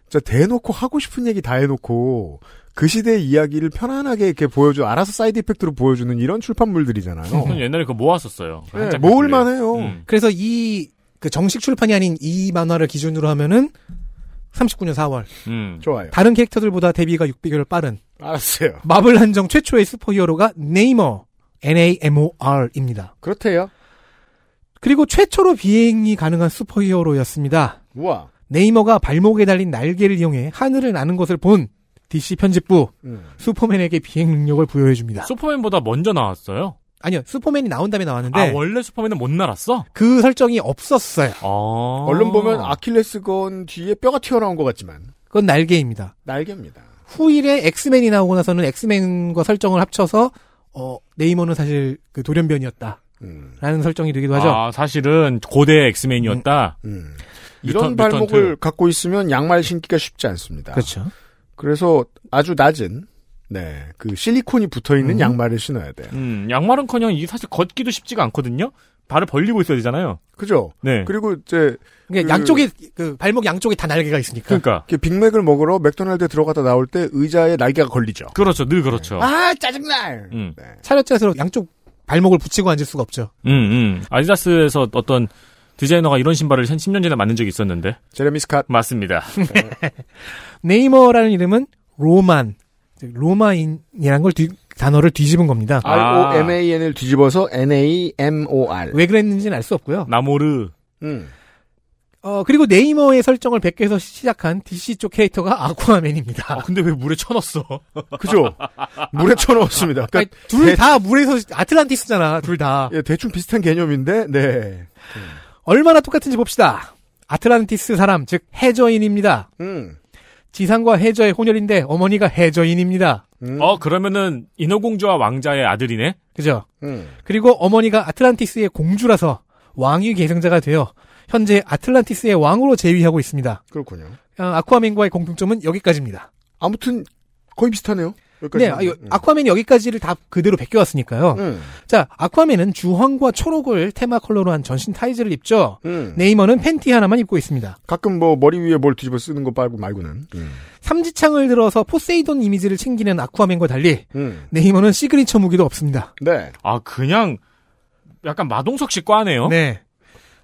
진짜 대놓고 하고 싶은 얘기 다 해놓고 그 시대의 이야기를 편안하게 이렇게 보여줘 알아서 사이드 이펙트로 보여주는 이런 출판물들이잖아요.
저는 옛날에 그거 모았었어요.
어.
음.
네, 모을만해요.
그래서 이 그 정식 출판이 아닌 이 만화를 기준으로 하면은 39년 4월.
음.
좋아요.
다른 캐릭터들보다 데뷔가 6개월 빠른
알았어요.
마블 한정 최초의 슈퍼히어로가 네이머 NAMOR입니다.
그렇대요.
그리고 최초로 비행이 가능한 슈퍼히어로였습니다.
우와.
네이머가 발목에 달린 날개를 이용해 하늘을 나는 것을 본 DC 편집부
음.
슈퍼맨에게 비행 능력을 부여해 줍니다.
슈퍼맨보다 먼저 나왔어요?
아니요, 슈퍼맨이 나온 다음에 나왔는데
네.
아, 원래 슈퍼맨은 못 날았어? 아.
그 설정이 없었어요.
얼른 보면 아킬레스건 뒤에 뼈가 튀어나온 것 같지만
그건 날개입니다.
날개입니다.
후일에 엑스맨이 나오고 나서는 엑스맨과 설정을 합쳐서 어, 네이머는 사실 그 돌연변이었다.
음,
라는 설정이 되기도 하죠.
아, 사실은 고대 엑스맨이었다.
음. 이런
뉴턴-
발목을
뉴턴
갖고 있으면 양말 신기가 쉽지 않습니다.
그렇죠.
그래서 아주 낮은 네 그 실리콘이 붙어 있는
음.
양말을 신어야 돼요.
음, 양말은커녕 이게 사실 걷기도 쉽지가 않거든요. 발을 벌리고 있어야 되잖아요.
그죠?
네.
그리고 이제
그러니까 양쪽에 그 발목 양쪽에 다 날개가 있으니까.
그러니까
이렇게 빅맥을 먹으러 맥도날드에 들어갔다 나올 때 의자에 날개가 걸리죠. 네.
그렇죠. 늘 그렇죠.
아 짜증나.
음.
차렷자세로 양쪽 발목을 붙이고 앉을 수가 없죠.
음, 음. 아디다스에서 어떤 디자이너가 이런 신발을 한 10년 전에 만든 적이 있었는데.
제레미 스캇.
맞습니다.
네이머라는 이름은 로만, 즉, 로마인이라는 걸 뒤- 단어를 뒤집은 겁니다.
아,
아.
R O M A N을 뒤집어서 N A M O R.
왜 그랬는지는 알 수 없고요.
나모르.
음.
어, 그리고 네이머의 설정을 베껴서 시작한 DC 쪽 캐릭터가 아쿠아맨입니다.
그
근데 왜 물에 쳐넣었어?
그죠? 물에 쳐넣었습니다. 그러니까 대-
둘다 물에서 아틀란티스잖아, 둘 다.
예, 대충 비슷한 개념인데, 네.
얼마나 똑같은지 봅시다. 아틀란티스 사람, 즉 해저인입니다.
음.
지상과 해저의 혼혈인데 어머니가 해저인입니다.
음.
어, 그러면은 인어공주와 왕자의 아들이네.
그죠?
음.
그리고 어머니가 아틀란티스의 공주라서 왕위 계승자가 되어 현재 아틀란티스의 왕으로 재위하고 있습니다.
그렇군요.
어, 아쿠아맨과의 공통점은 여기까지입니다.
아무튼 거의 비슷하네요. 네. 여기까지. 음.
네, 아, 요- 아쿠아맨이 여기까지를 다 그대로 베껴왔으니까요. 자, 아쿠아맨은 주황과 초록을 테마 컬러로 한 전신 타이즈를 입죠. 네이머는 팬티 하나만 입고 있습니다.
음. 가끔 뭐 머리 위에 뭘 뒤집어 쓰는 거 말고 말고는.
네.
음.
삼지창을 들어서 포세이돈 이미지를 챙기는 아쿠아맨과 달리
음.
네이머는 시그니처 무기도 없습니다.
네.
아, 그냥 약간 마동석 씨 과네요.
네.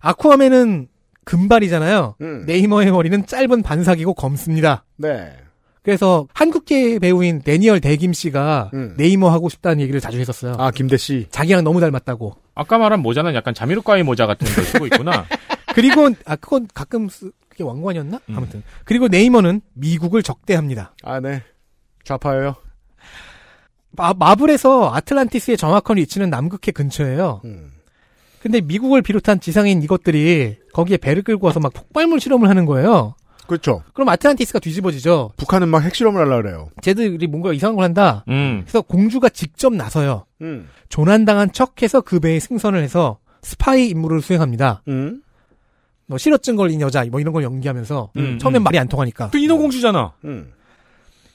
아쿠아맨은 금발이잖아요. 네이머의 머리는 짧은 반삭이고 검습니다.
음. 네.
그래서 한국계 배우인 데니얼 대김 씨가 네이머 하고 싶다는 얘기를 자주 했었어요.
음. 아, 김대 씨.
자기랑 너무 닮았다고.
아까 말한 모자는 약간 자미로과의 모자 같은 걸 쓰고 있구나.
그리고 아 그건 가끔 쓰... 그게 왕관이었나?
음.
아무튼. 그리고 네이머는 미국을 적대합니다.
아, 네. 좌파예요.
마, 마블에서 아틀란티스의 정확한 위치는 남극해 근처예요.
음.
근데 미국을 비롯한 지상인 이것들이 거기에 배를 끌고 와서 막 폭발물 실험을 하는 거예요.
그렇죠.
그럼 아틀란티스가 뒤집어지죠.
북한은 막 핵실험을 하려 그래요.
쟤들이 뭔가 이상한 걸 한다.
음.
그래서 공주가 직접 나서요.
음.
조난당한 척해서 그 배에 승선을 해서 스파이 임무를 수행합니다.
음?
뭐 실어증 걸린 여자 뭐 이런 걸 연기하면서
음,
처음엔
음.
말이 안 통하니까.
음.
또 인어공주잖아.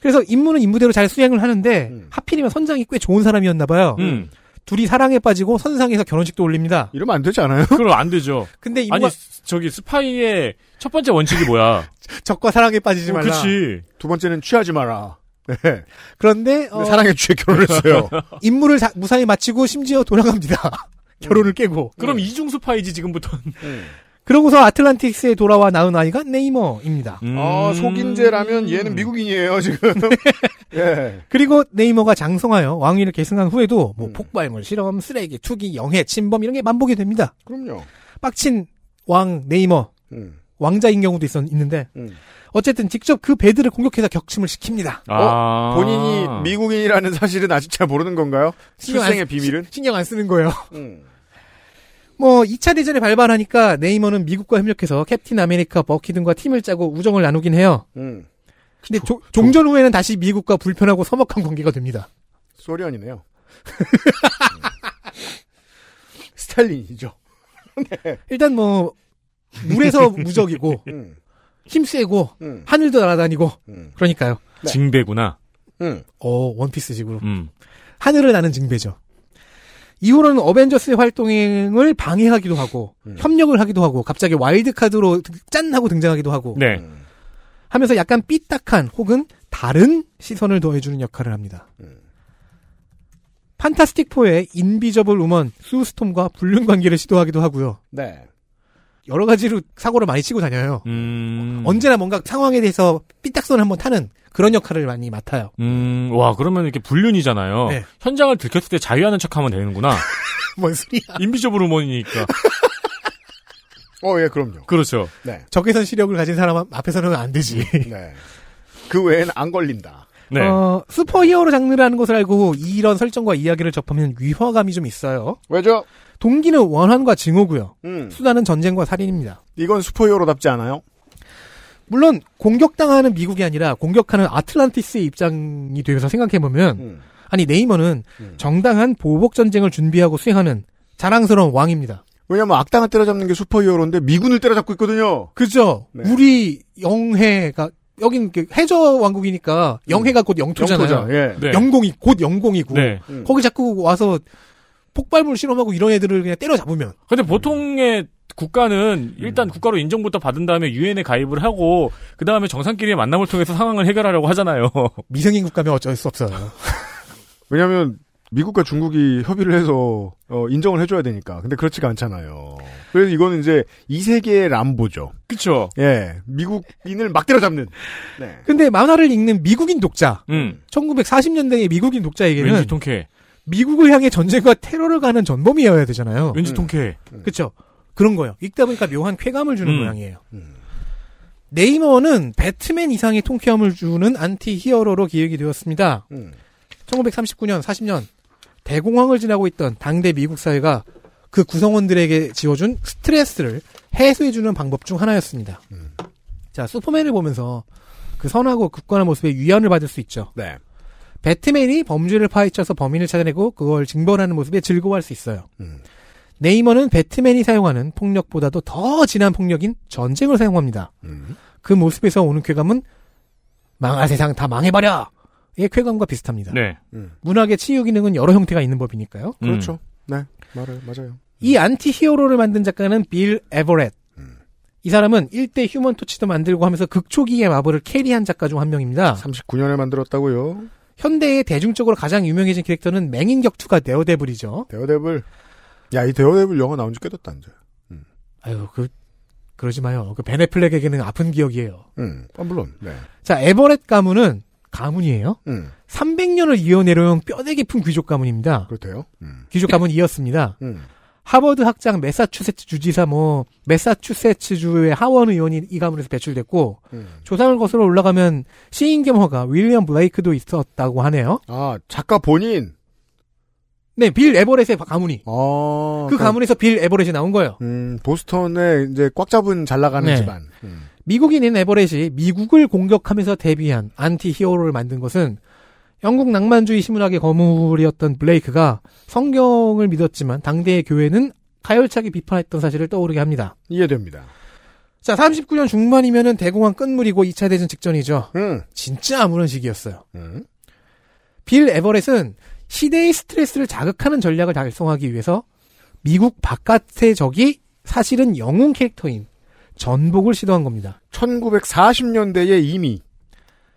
그래서 임무는 임무대로 잘 수행을 하는데 하필이면 선장이 꽤 좋은 사람이었나 봐요.
음.
둘이 사랑에 빠지고 선상에서 결혼식도 올립니다.
이러면 안 되지 않아요?
그럼 안 되죠.
근데 임무
아니 스- 저기 스파이의 첫 번째 원칙이 뭐야?
적과 사랑에 빠지지
어,
말라.
그치.
두 번째는 취하지 마라. 네.
그런데 어,
사랑에 취해 결혼을 했어요.
임무를 다- 무사히 마치고 심지어 돌아갑니다. 결혼을 깨고.
그럼 이중 스파이지 지금부터.
음.
그러고서 아틀란틱스에 돌아와 낳은 아이가 네이머입니다.
아, 속인재라면 얘는 미국인이에요, 지금. 예.
그리고 네이머가 장성하여 왕위를 계승한 후에도 뭐 폭발물 실험, 쓰레기, 투기, 영해, 침범 이런 게 만복이 됩니다.
그럼요.
빡친 왕 네이머
음.
왕자인 경우도 있었, 있는데 어쨌든 직접 그 배들을 공격해서 격침을 시킵니다.
아.
어, 본인이 미국인이라는 사실은 아직 잘 모르는 건가요?
신경 안
출생의
쓰-
비밀은?
신경 안 쓰는 거예요.
음.
뭐 2차 대전에 발발하니까 네이머는 미국과 협력해서 캡틴 아메리카, 버키 등과 팀을 짜고 우정을 나누긴 해요.
음.
근데 조- 종전 후에는 다시 미국과 불편하고 서먹한 관계가 됩니다.
소련이네요. 스탈린이죠.
일단 뭐 물에서 무적이고
음.
힘세고
음.
하늘도 날아다니고 그러니까요.
네.
징배구나.
음.
어 원피스식으로
음.
하늘을 나는 징배죠. 이후로는 어벤져스의 활동을 방해하기도 하고
음.
협력을 하기도 하고 갑자기 와일드 카드로 짠 하고 등장하기도 하고
네.
음,
하면서 약간 삐딱한 혹은 다른 시선을 더해주는 역할을 합니다.
음.
판타스틱 4의 인비저블 우먼 수스톰과 불륜 관계를 시도하기도 하고요.
네.
여러 가지로 사고를 많이 치고 다녀요.
음.
언제나 뭔가 상황에 대해서 삐딱선을 한번 타는 그런 역할을 많이 맡아요.
음, 와, 그러면 이렇게 불륜이잖아요.
네.
현장을 들켰을 때 자유하는 척 하면 되는구나.
뭔 소리야?
인비저블 우먼이니까.
어, 예, 그럼요.
그렇죠.
네.
적외선 시력을 가진 사람 앞에서는 안 되지.
네. 그 외엔 안 걸린다.
네.
어, 슈퍼히어로 장르라는 것을 알고 이런 설정과 이야기를 접하면 위화감이 좀 있어요.
왜죠?
동기는 원한과 증오고요.
음.
수단은 전쟁과 살인입니다.
이건 슈퍼히어로답지 않아요?
물론 공격당하는 미국이 아니라 공격하는 아틀란티스의 입장이 되어서 생각해보면
음.
아니 네이머는 정당한 보복 전쟁을 준비하고 수행하는 자랑스러운 왕입니다.
왜냐면 악당을 때려잡는 게 슈퍼히어로인데 미군을 때려잡고 있거든요.
그죠? 우리 영해가 여긴 그 해저 왕국이니까 영해가 곧 영토잖아요.
영토죠, 예. 네.
영공이 곧 영공이고
네.
거기 자꾸 와서 폭발물 실험하고 이런 애들을 그냥 때려잡으면
근데 보통의 국가는
음.
일단 국가로 인정부터 받은 다음에 유엔에 가입을 하고 그 다음에 정상끼리의 만남을 통해서 상황을 해결하려고 하잖아요.
미생인 국가면 어쩔 수 없어요.
왜냐면 미국과 중국이 협의를 해서 어, 인정을 해줘야 되니까. 근데 그렇지가 않잖아요. 그래서 이거는 이제 이 세계의 람보죠.
그쵸.
예, 미국인을 막 때려잡는. 네.
근데 만화를 읽는 미국인 독자,
음.
1940년대의 미국인 독자에게는
왠지 통쾌해.
미국을 향해 전쟁과 테러를 가는 전범이어야 되잖아요.
왠지 통쾌해.
그렇죠. 그런 거예요. 읽다 보니까 묘한 쾌감을 주는
음.
모양이에요. 네이머는 배트맨 이상의 통쾌함을 주는 안티 히어로로 기획이 되었습니다. 1939년, 40년 대공황을 지나고 있던 당대 미국 사회가 그 구성원들에게 지어준 스트레스를 해소해주는 방법 중 하나였습니다.
음.
자, 슈퍼맨을 보면서 그 선하고 굳건한 모습에 위안을 받을 수 있죠.
네.
배트맨이 범죄를 파헤쳐서 범인을 찾아내고 그걸 징벌하는 모습에 즐거워할 수 있어요.
음.
네이머는 배트맨이 사용하는 폭력보다도 더 진한 폭력인 전쟁을 사용합니다.
음.
그 모습에서 오는 쾌감은 망할 세상 다 망해버려! 의 쾌감과 비슷합니다.
네.
문학의 치유 기능은 여러 형태가 있는 법이니까요.
음.
그렇죠. 네. 말을 맞아요.
이 안티 히어로를 만든 작가는 빌 에버렛. 이 사람은 1대 휴먼 토치도 만들고 하면서 극초기의 마블을 캐리한 작가 중 한 명입니다.
39년에 만들었다고요?
현대의 대중적으로 가장 유명해진 캐릭터는 맹인 격투가 데어데블이죠.
데어데블. 야, 이 데어데블 영화 나온 지 꽤 됐다, 이제.
아유, 그, 그러지 마요. 그 베네플렉에게는 아픈 기억이에요.
음. 아, 물론. 네.
자, 에버렛 가문은 가문이에요.
음.
300년을 이어내려온 뼈대 깊은 귀족 가문입니다.
그렇대요.
귀족 가문이었습니다.
음.
하버드 학장 메사추세츠 주지사 뭐 메사추세츠주의 하원 의원이 이 가문에서 배출됐고
음.
조상을 거슬러 올라가면 시인 겸 허가 윌리엄 블레이크도 있었다고 하네요.
아, 작가 본인.
네, 빌 에버렛의 가문이.
아.
그 가문에서 빌 에버렛이 나온 거예요.
음, 보스턴에 이제 꽉 잡은 잘 나가는
네.
집안. 음.
미국인인 에버렛이 미국을 공격하면서 데뷔한 안티 히어로를 만든 것은 영국 낭만주의 신문학의 거물이었던 블레이크가 성경을 믿었지만 당대의 교회는 가열차게 비판했던 사실을 떠오르게 합니다.
이해됩니다.
자, 39년 중반이면은 대공황 끝물이고 2차 대전 직전이죠.
음.
진짜 아무런 시기였어요. 빌 에버렛은 시대의 스트레스를 자극하는 전략을 달성하기 위해서 미국 바깥의 적이 사실은 영웅 캐릭터인 전복을 시도한 겁니다.
1940년대에 이미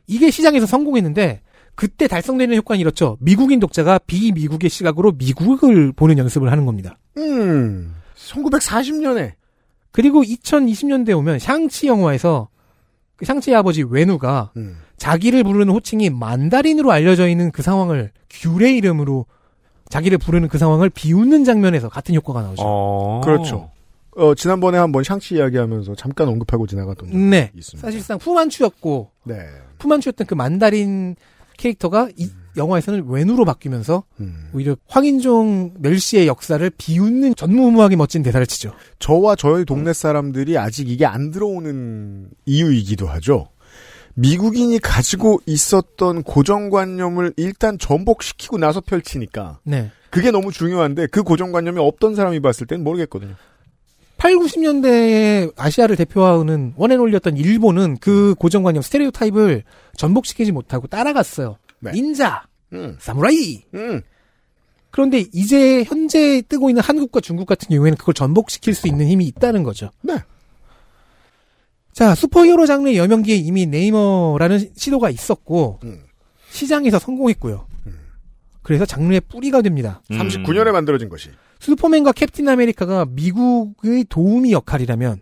이게 시장에서 성공했는데 그때 달성되는 효과는 이렇죠. 미국인 독자가 비미국의 시각으로 미국을 보는 연습을 하는 겁니다.
음. 1940년에
그리고 2020년대 오면 샹치 영화에서 그 샹치의 아버지 웨누가
음.
자기를 부르는 호칭이 만다린으로 알려져 있는 그 상황을 귤의 이름으로 자기를 부르는 그 상황을 비웃는 장면에서 같은 효과가 나오죠.
어.
어.
그렇죠. 어, 지난번에 한번 샹치 이야기하면서 잠깐 언급하고 지나갔던 적이
네.
있습니다.
사실상 푸만추였고
네.
푸만추였던 그 만다린 캐릭터가 이 영화에서는 웬으로 바뀌면서
음.
오히려 황인종 멸시의 역사를 비웃는 전무후무하게 멋진 대사를 치죠.
저와 저희 동네 사람들이 아직 이게 안 들어오는 이유이기도 하죠. 미국인이 가지고 있었던 고정관념을 일단 전복시키고 나서 펼치니까
네.
그게 너무 중요한데 그 고정관념이 없던 사람이 봤을 땐 모르겠거든요.
8, 90년대에 아시아를 대표하는 원앤올리였던 일본은 그 고정관념 스테레오 타입을 전복시키지 못하고 따라갔어요. 닌자,
음,
사무라이. 그런데 이제 현재 뜨고 있는 한국과 중국 같은 경우에는 그걸 전복시킬 수 있는 힘이 있다는 거죠.
네.
자, 슈퍼히어로 장르의 여명기에 이미 네이머라는 시- 시도가 있었고 시장에서 성공했고요. 그래서 장르의 뿌리가 됩니다.
음.
39년에 만들어진 것이.
슈퍼맨과 캡틴 아메리카가 미국의 도우미 역할이라면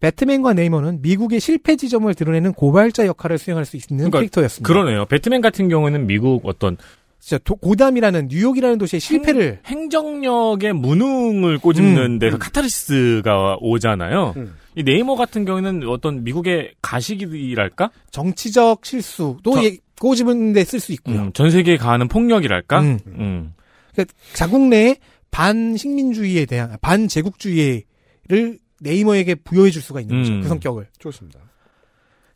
배트맨과 네이머는 미국의 실패 지점을 드러내는 고발자 역할을 수행할 수 있는 캐릭터였습니다.
그러니까 그러네요. 배트맨 같은 경우는 미국 어떤
진짜 도- 고담이라는 뉴욕이라는 도시의
음.
실패를
행정력의 무능을 꼬집는
음.
데서 카타르시스가 오잖아요.
음.
이 네이머 같은 경우에는 어떤 미국의 가식이랄까?
정치적 실수도
저-
예- 꼬집은 데 쓸 수 있고요.
음, 전 세계에 가하는 폭력이랄까?
음.
음.
그러니까 자국 내에 반식민주의에 대한 반제국주의를 네이머에게 부여해 줄 수가 있는 거죠.
음.
그 성격을.
좋습니다.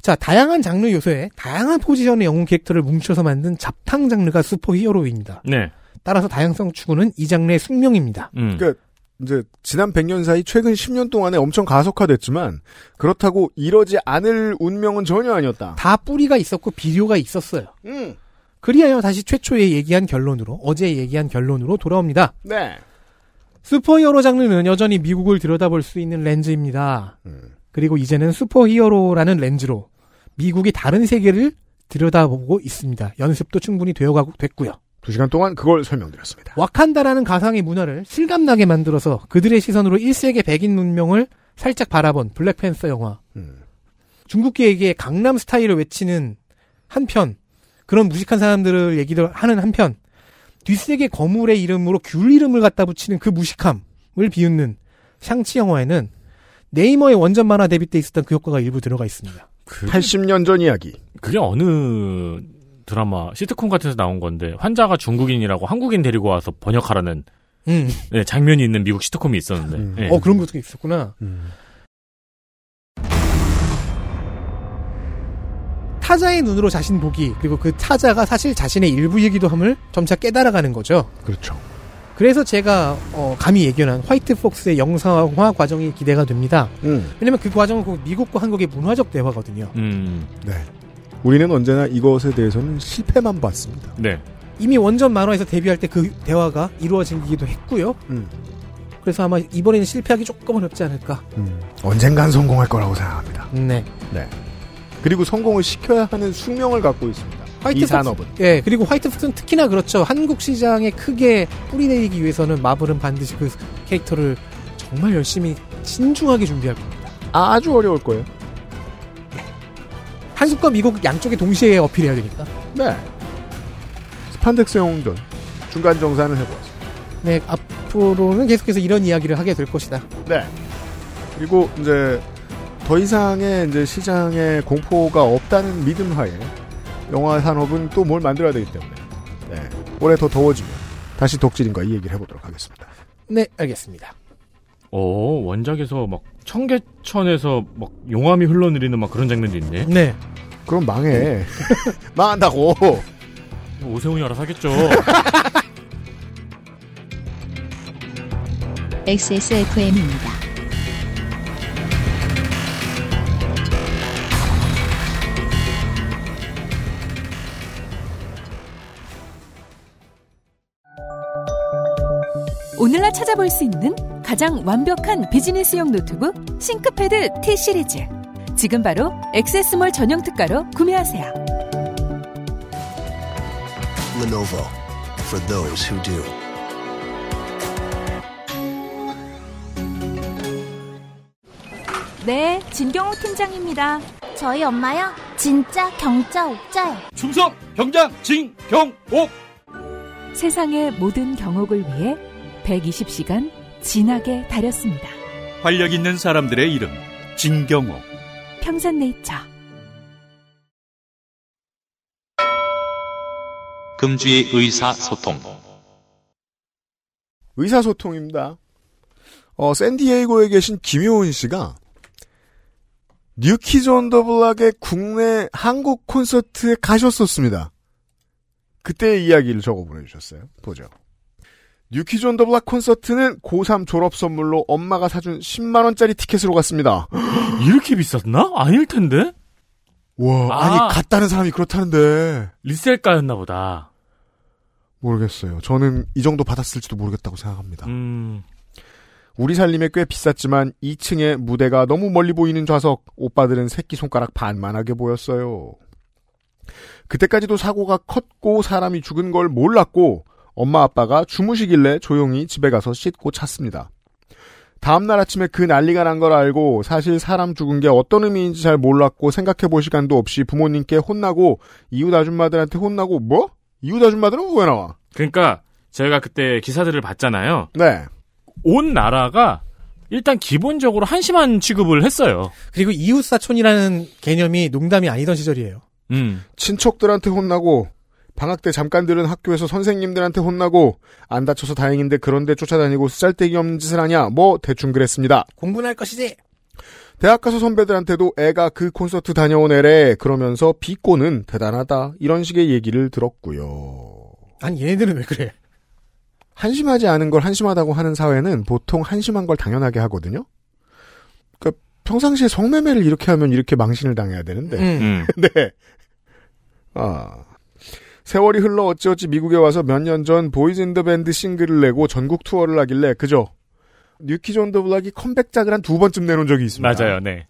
자, 다양한 장르 요소에 다양한 포지션의 영웅 캐릭터를 뭉쳐서 만든 잡탕 장르가 슈퍼히어로입니다.
네.
따라서 다양성 추구는 이 장르의 숙명입니다.
음.
그러니까 이제 지난 100년 사이 최근 10년 동안에 엄청 가속화됐지만 그렇다고 이러지 않을 운명은 전혀 아니었다.
다 뿌리가 있었고 비료가 있었어요.
음.
그리하여 다시 최초에 얘기한 결론으로 어제 얘기한 결론으로 돌아옵니다.
네.
슈퍼히어로 장르는 여전히 미국을 들여다볼 수 있는 렌즈입니다.
음,
그리고 이제는 슈퍼히어로라는 렌즈로 미국이 다른 세계를 들여다보고 있습니다. 연습도 충분히 되어가고 됐고요.
두 시간 동안 그걸 설명드렸습니다.
와칸다라는 가상의 문화를 실감나게 만들어서 그들의 시선으로 1세계 백인 문명을 살짝 바라본 블랙팬서 영화.
음,
중국계에게 강남 스타일을 외치는 한편, 그런 무식한 사람들을 얘기를 하는 한편, 뒷세계 거물의 이름으로 귤 이름을 갖다 붙이는 그 무식함을 비웃는 샹치 영화에는 네이머의 원전 만화 데뷔 때 있었던 그 효과가 일부 들어가 있습니다.
그 80년 전 이야기.
그게 어느 드라마 시트콤 같은 데서 나온 건데 환자가 중국인이라고 한국인 데리고 와서 번역하라는
음.
네, 장면이 있는 미국 시트콤이 있었는데. 예.
어, 그런 것도 있었구나.
음.
타자의 눈으로 자신 보기, 그리고 그 타자가 사실 자신의 일부이기도 함을 점차 깨달아가는 거죠.
그렇죠.
그래서 제가, 어, 감히 예견한 화이트 폭스의 영상화 과정이 기대가 됩니다.
음.
왜냐면 그 과정은 그 미국과 한국의 문화적 대화거든요.
음.
네. 우리는 언제나 이것에 대해서는 실패만 봤습니다.
네.
이미 원전 만화에서 데뷔할 때 그 대화가 이루어지기도 했고요.
음.
그래서 아마 이번에는 실패하기 조금 어렵지 않을까.
음. 언젠간 성공할 거라고 생각합니다.
네.
네. 그리고 성공을 시켜야 하는 숙명을 갖고 있습니다. 이
폭스-
산업은.
예, 그리고 화이트폭스는 특히나 그렇죠. 한국 시장에 크게 뿌리내리기 위해서는 마블은 반드시 그 캐릭터를 정말 열심히 신중하게 준비할 겁니다.
아주 어려울 거예요.
한국과 미국 양쪽에 동시에 어필해야 되니까.
네. 스판덱스 영웅전 중간 정산을 해보았습니다.
네, 앞으로는 계속해서 이런 이야기를 하게 될 것이다.
네. 그리고 이제 더 이상의 이제 시장에 공포가 없다는 믿음 하에 영화 산업은 또 뭘 만들어야 되기 때문에 네. 올해 더 더워지면 다시 덕질인과 이 얘기를 해보도록 하겠습니다.
네, 알겠습니다.
오, 어, 원작에서 막 청계천에서 막 용암이 흘러내리는 막 그런 장면도 있네.
네.
그럼 망해. 망한다고.
뭐 오세훈이 알아서 하겠죠.
XSFM입니다.
오늘날 찾아볼 수 있는 가장 완벽한 비즈니스용 노트북 싱크패드 T 시리즈. 지금 바로 액세스몰 전용 특가로 구매하세요.
Lenovo for those who do.
네, 진경호 팀장입니다. 저희 엄마요? 진짜 경자 옥자요.
충성 경장 진경옥
세상의 모든 경옥을 위해 120시간 진하게 다렸습니다.
활력 있는 사람들의 이름 진경옥
평산네이처.
금주의 의사소통.
의사소통입니다. 어, 샌디에이고에 계신 김효은 씨가 뉴키즈 온 더 블락의 국내 한국 콘서트에 가셨었습니다. 그때의 이야기를 적어 보내주셨어요. 보죠. 뉴키즈 온 더 블락 콘서트는 고3 졸업 선물로 엄마가 사준 10만원짜리 티켓으로 갔습니다.
이렇게 비쌌나? 아닐 텐데?
와, 아니, 갔다는 사람이 그렇다는데.
리셀가였나 보다.
모르겠어요. 저는 이 정도 받았을지도 모르겠다고 생각합니다.
음.
우리 살림에 꽤 비쌌지만 2층에 무대가 너무 멀리 보이는 좌석, 오빠들은 새끼 손가락 반만하게 보였어요. 그때까지도 사고가 컸고 사람이 죽은 걸 몰랐고 엄마 아빠가 주무시길래 조용히 집에 가서 씻고 잤습니다. 다음날 아침에 그 난리가 난 걸 알고 사실 사람 죽은 게 어떤 의미인지 잘 몰랐고 생각해 볼 시간도 없이 부모님께 혼나고 이웃 아줌마들한테 혼나고 뭐? 이웃 아줌마들은 왜 나와?
그러니까 저희가 그때 기사들을 봤잖아요.
네.
온 나라가 일단 기본적으로 한심한 취급을 했어요.
그리고 이웃 사촌이라는 개념이 농담이 아니던 시절이에요.
음.
친척들한테 혼나고 방학 때 잠깐 들은 학교에서 선생님들한테 혼나고 안 다쳐서 다행인데 그런데 쫓아다니고 쓰잘데기 없는 짓을 하냐 뭐 대충 그랬습니다.
공부할 것이지.
대학 가서 선배들한테도 애가 그 콘서트 다녀온 애래 그러면서 비꼬는 대단하다 이런 식의 얘기를 들었고요.
아니 얘네들은 왜 그래?
한심하지 않은 걸 한심하다고 하는 사회는 보통 한심한 걸 당연하게 하거든요. 그러니까 평상시에 성매매를 이렇게 하면 이렇게 망신을 당해야 되는데.
음.
네. 아. 세월이 흘러 어찌어찌 미국에 와서 몇 년 전 보이즈 인더 밴드 싱글을 내고 전국 투어를 하길래 그죠. 뉴키즈 온더 블락이 컴백작을 한 두 번쯤 내놓은 적이 있습니다.
맞아요, 네.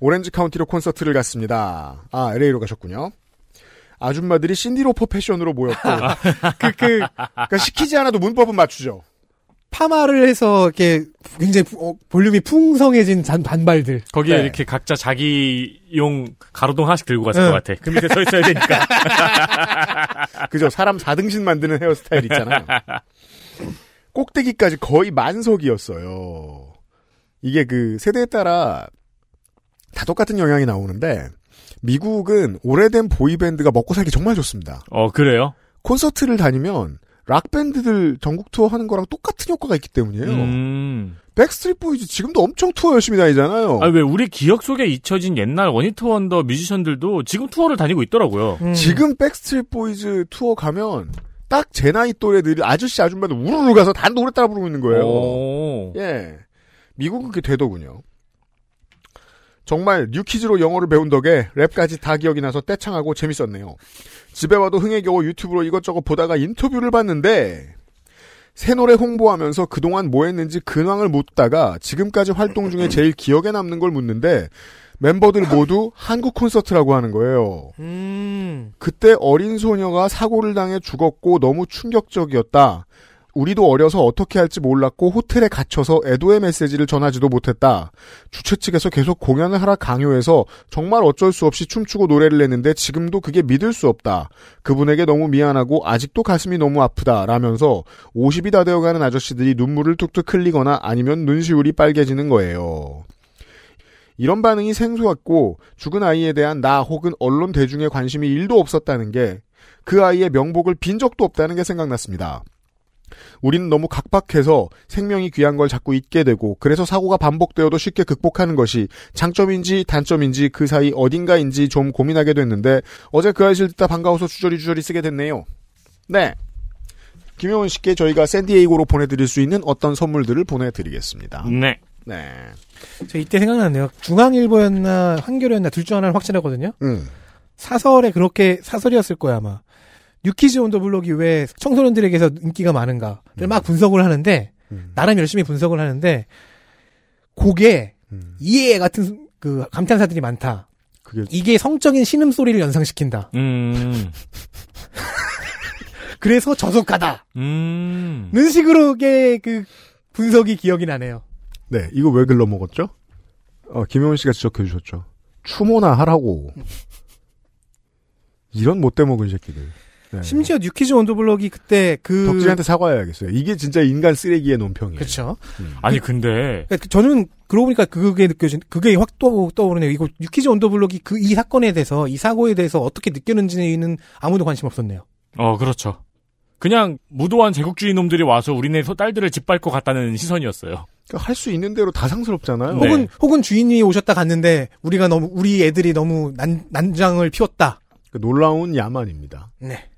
오렌지 카운티로 콘서트를 갔습니다. 아, LA로 가셨군요. 아줌마들이 신디로퍼 패션으로 모였고, 그, 그, 그러니까 시키지 않아도 문법은 맞추죠.
파마를 해서 이렇게 굉장히 부- 어, 볼륨이 풍성해진 잔 반발들.
거기에
네.
이렇게 각자 자기용 가로등 하나씩 들고 갔을
응.
것 같아. 그 밑에 서 있어야 되니까.
그죠? 사람 4등신 만드는 헤어스타일 있잖아요. 꼭대기까지 거의 만석이었어요. 이게 그 세대에 따라 다 똑같은 영향이 나오는데, 미국은 오래된 보이밴드가 먹고 살기 정말 좋습니다.
어, 그래요?
콘서트를 다니면 락밴드들 전국 투어 하는 거랑 똑같은 효과가 있기 때문이에요.
음.
백스트릿 보이즈 지금도 엄청 투어 열심히 다니잖아요.
아니, 왜 우리 기억 속에 잊혀진 옛날 원히트 원더 뮤지션들도 지금 투어를 다니고 있더라고요.
음. 지금 백스트릿 보이즈 투어 가면 딱 제 나이 또래들 아저씨 아줌마들 우르르 가서 다 노래 따라 부르고 있는 거예요.
오.
예. 미국은 그게 되더군요. 정말 뉴키즈로 영어를 배운 덕에 랩까지 다 기억이 나서 떼창하고 재밌었네요. 집에 와도 흥에 겨워 유튜브로 이것저것 보다가 인터뷰를 봤는데 새 노래 홍보하면서 그동안 뭐 했는지 근황을 묻다가 지금까지 활동 중에 제일 기억에 남는 걸 묻는데 멤버들 모두 한국 콘서트라고 하는 거예요. 그때 어린 소녀가 사고를 당해 죽었고 너무 충격적이었다. 우리도 어려서 어떻게 할지 몰랐고 호텔에 갇혀서 애도의 메시지를 전하지도 못했다. 주최 측에서 계속 공연을 하라 강요해서 정말 어쩔 수 없이 춤추고 노래를 했는데 지금도 그게 믿을 수 없다. 그분에게 너무 미안하고 아직도 가슴이 너무 아프다. 라면서 50이 다 되어가는 아저씨들이 눈물을 툭툭 흘리거나 아니면 눈시울이 빨개지는 거예요. 이런 반응이 생소했고 죽은 아이에 대한 나 혹은 언론 대중의 관심이 1도 없었다는 게 그 아이의 명복을 빈 적도 없다는 게 생각났습니다. 우리는 너무 각박해서 생명이 귀한 걸 자꾸 잊게 되고 그래서 사고가 반복되어도 쉽게 극복하는 것이 장점인지 단점인지 그 사이 어딘가인지 좀 고민하게 됐는데 어제 그 아이를 듣다 반가워서 주저리 주저리 쓰게 됐네요. 네. 김효은 씨께 저희가 샌디에이고로 보내드릴 수 있는 어떤 선물들을 보내드리겠습니다.
네.
네.
저 이때 생각나네요. 중앙일보였나 한겨레였나 둘 중 하나는 확실하거든요.
음.
사설에 그렇게 사설이었을 거야 아마. 뉴키즈 온 더 블록이 왜 청소년들에게서 인기가 많은가를 막 분석을 하는데 나름 열심히 분석을 하는데 곡에 이해 같은 그 감탄사들이 많다. 이게 성적인 신음 소리를 연상시킨다.
음.
그래서 저속하다.
음.
는 식으로의 그 분석이 기억이 나네요.
네, 이거 왜 글러 먹었죠? 어, 김효은 씨가 지적해 주셨죠. 추모나 하라고. 이런 못돼 먹은 새끼들. 네.
심지어 뉴키즈 온 더 블록이 그때 그
덕질한테 사과해야겠어요. 이게 진짜 인간 쓰레기의 논평이에요.
그렇죠.
아니 근데
그러니까 저는 그러고 보니까 그게 느껴진 그게 확 떠, 떠오르네요. 이거 뉴키즈 온 더 블록이 그 이 사건에 대해서 이 사고에 대해서 어떻게 느꼈는지는 아무도 관심 없었네요.
어, 그렇죠. 그냥 무도한 제국주의 놈들이 와서 우리네 소- 딸들을 짓밟고 갔다는 시선이었어요.
그러니까 할 수 있는 대로 다 상스럽잖아요.
네.
혹은 혹은 주인님이 오셨다 갔는데 우리가 너무 우리 애들이 너무 난, 난장을 피웠다.
그 놀라운 야만입니다.
네.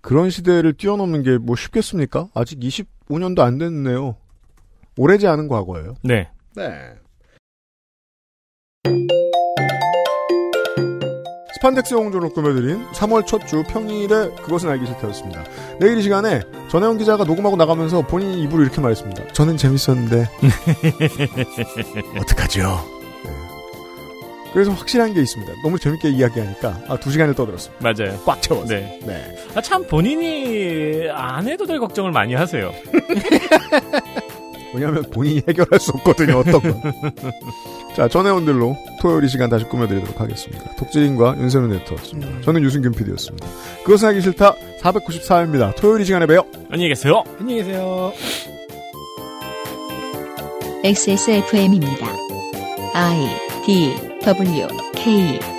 그런 시대를 뛰어넘는 게 뭐 쉽겠습니까? 아직 25년도 안 됐네요. 오래지 않은 과거예요.
네.
네. 스판덱스 홍조로 꾸며드린 3월 첫 주 평일에 그것은 알기 싫다였습니다. 내일 이 시간에 전혜원 기자가 녹음하고 나가면서 본인이 입으로 이렇게 말했습니다. 저는 재밌었는데 어떡하죠? 네. 그래서 확실한 게 있습니다. 너무 재밌게 이야기하니까 아, 두 시간을 떠들었습니다.
맞아요.
꽉 채워서.
네.
네.
아, 참 본인이 안 해도 될 걱정을 많이 하세요.
왜냐하면 본인이 해결할 수 없거든요. 어떤 건. 자, 전혜원들로 토요일 이 시간 다시 꾸며드리도록 하겠습니다. 독재인과 윤세민 네트였습니다. 저는 유승균 PD였습니다. 그것은 하기 싫다 494회입니다. 토요일 이 시간에 봬요.
안녕히 계세요.
안녕히 계세요.
XSFM입니다. I D W K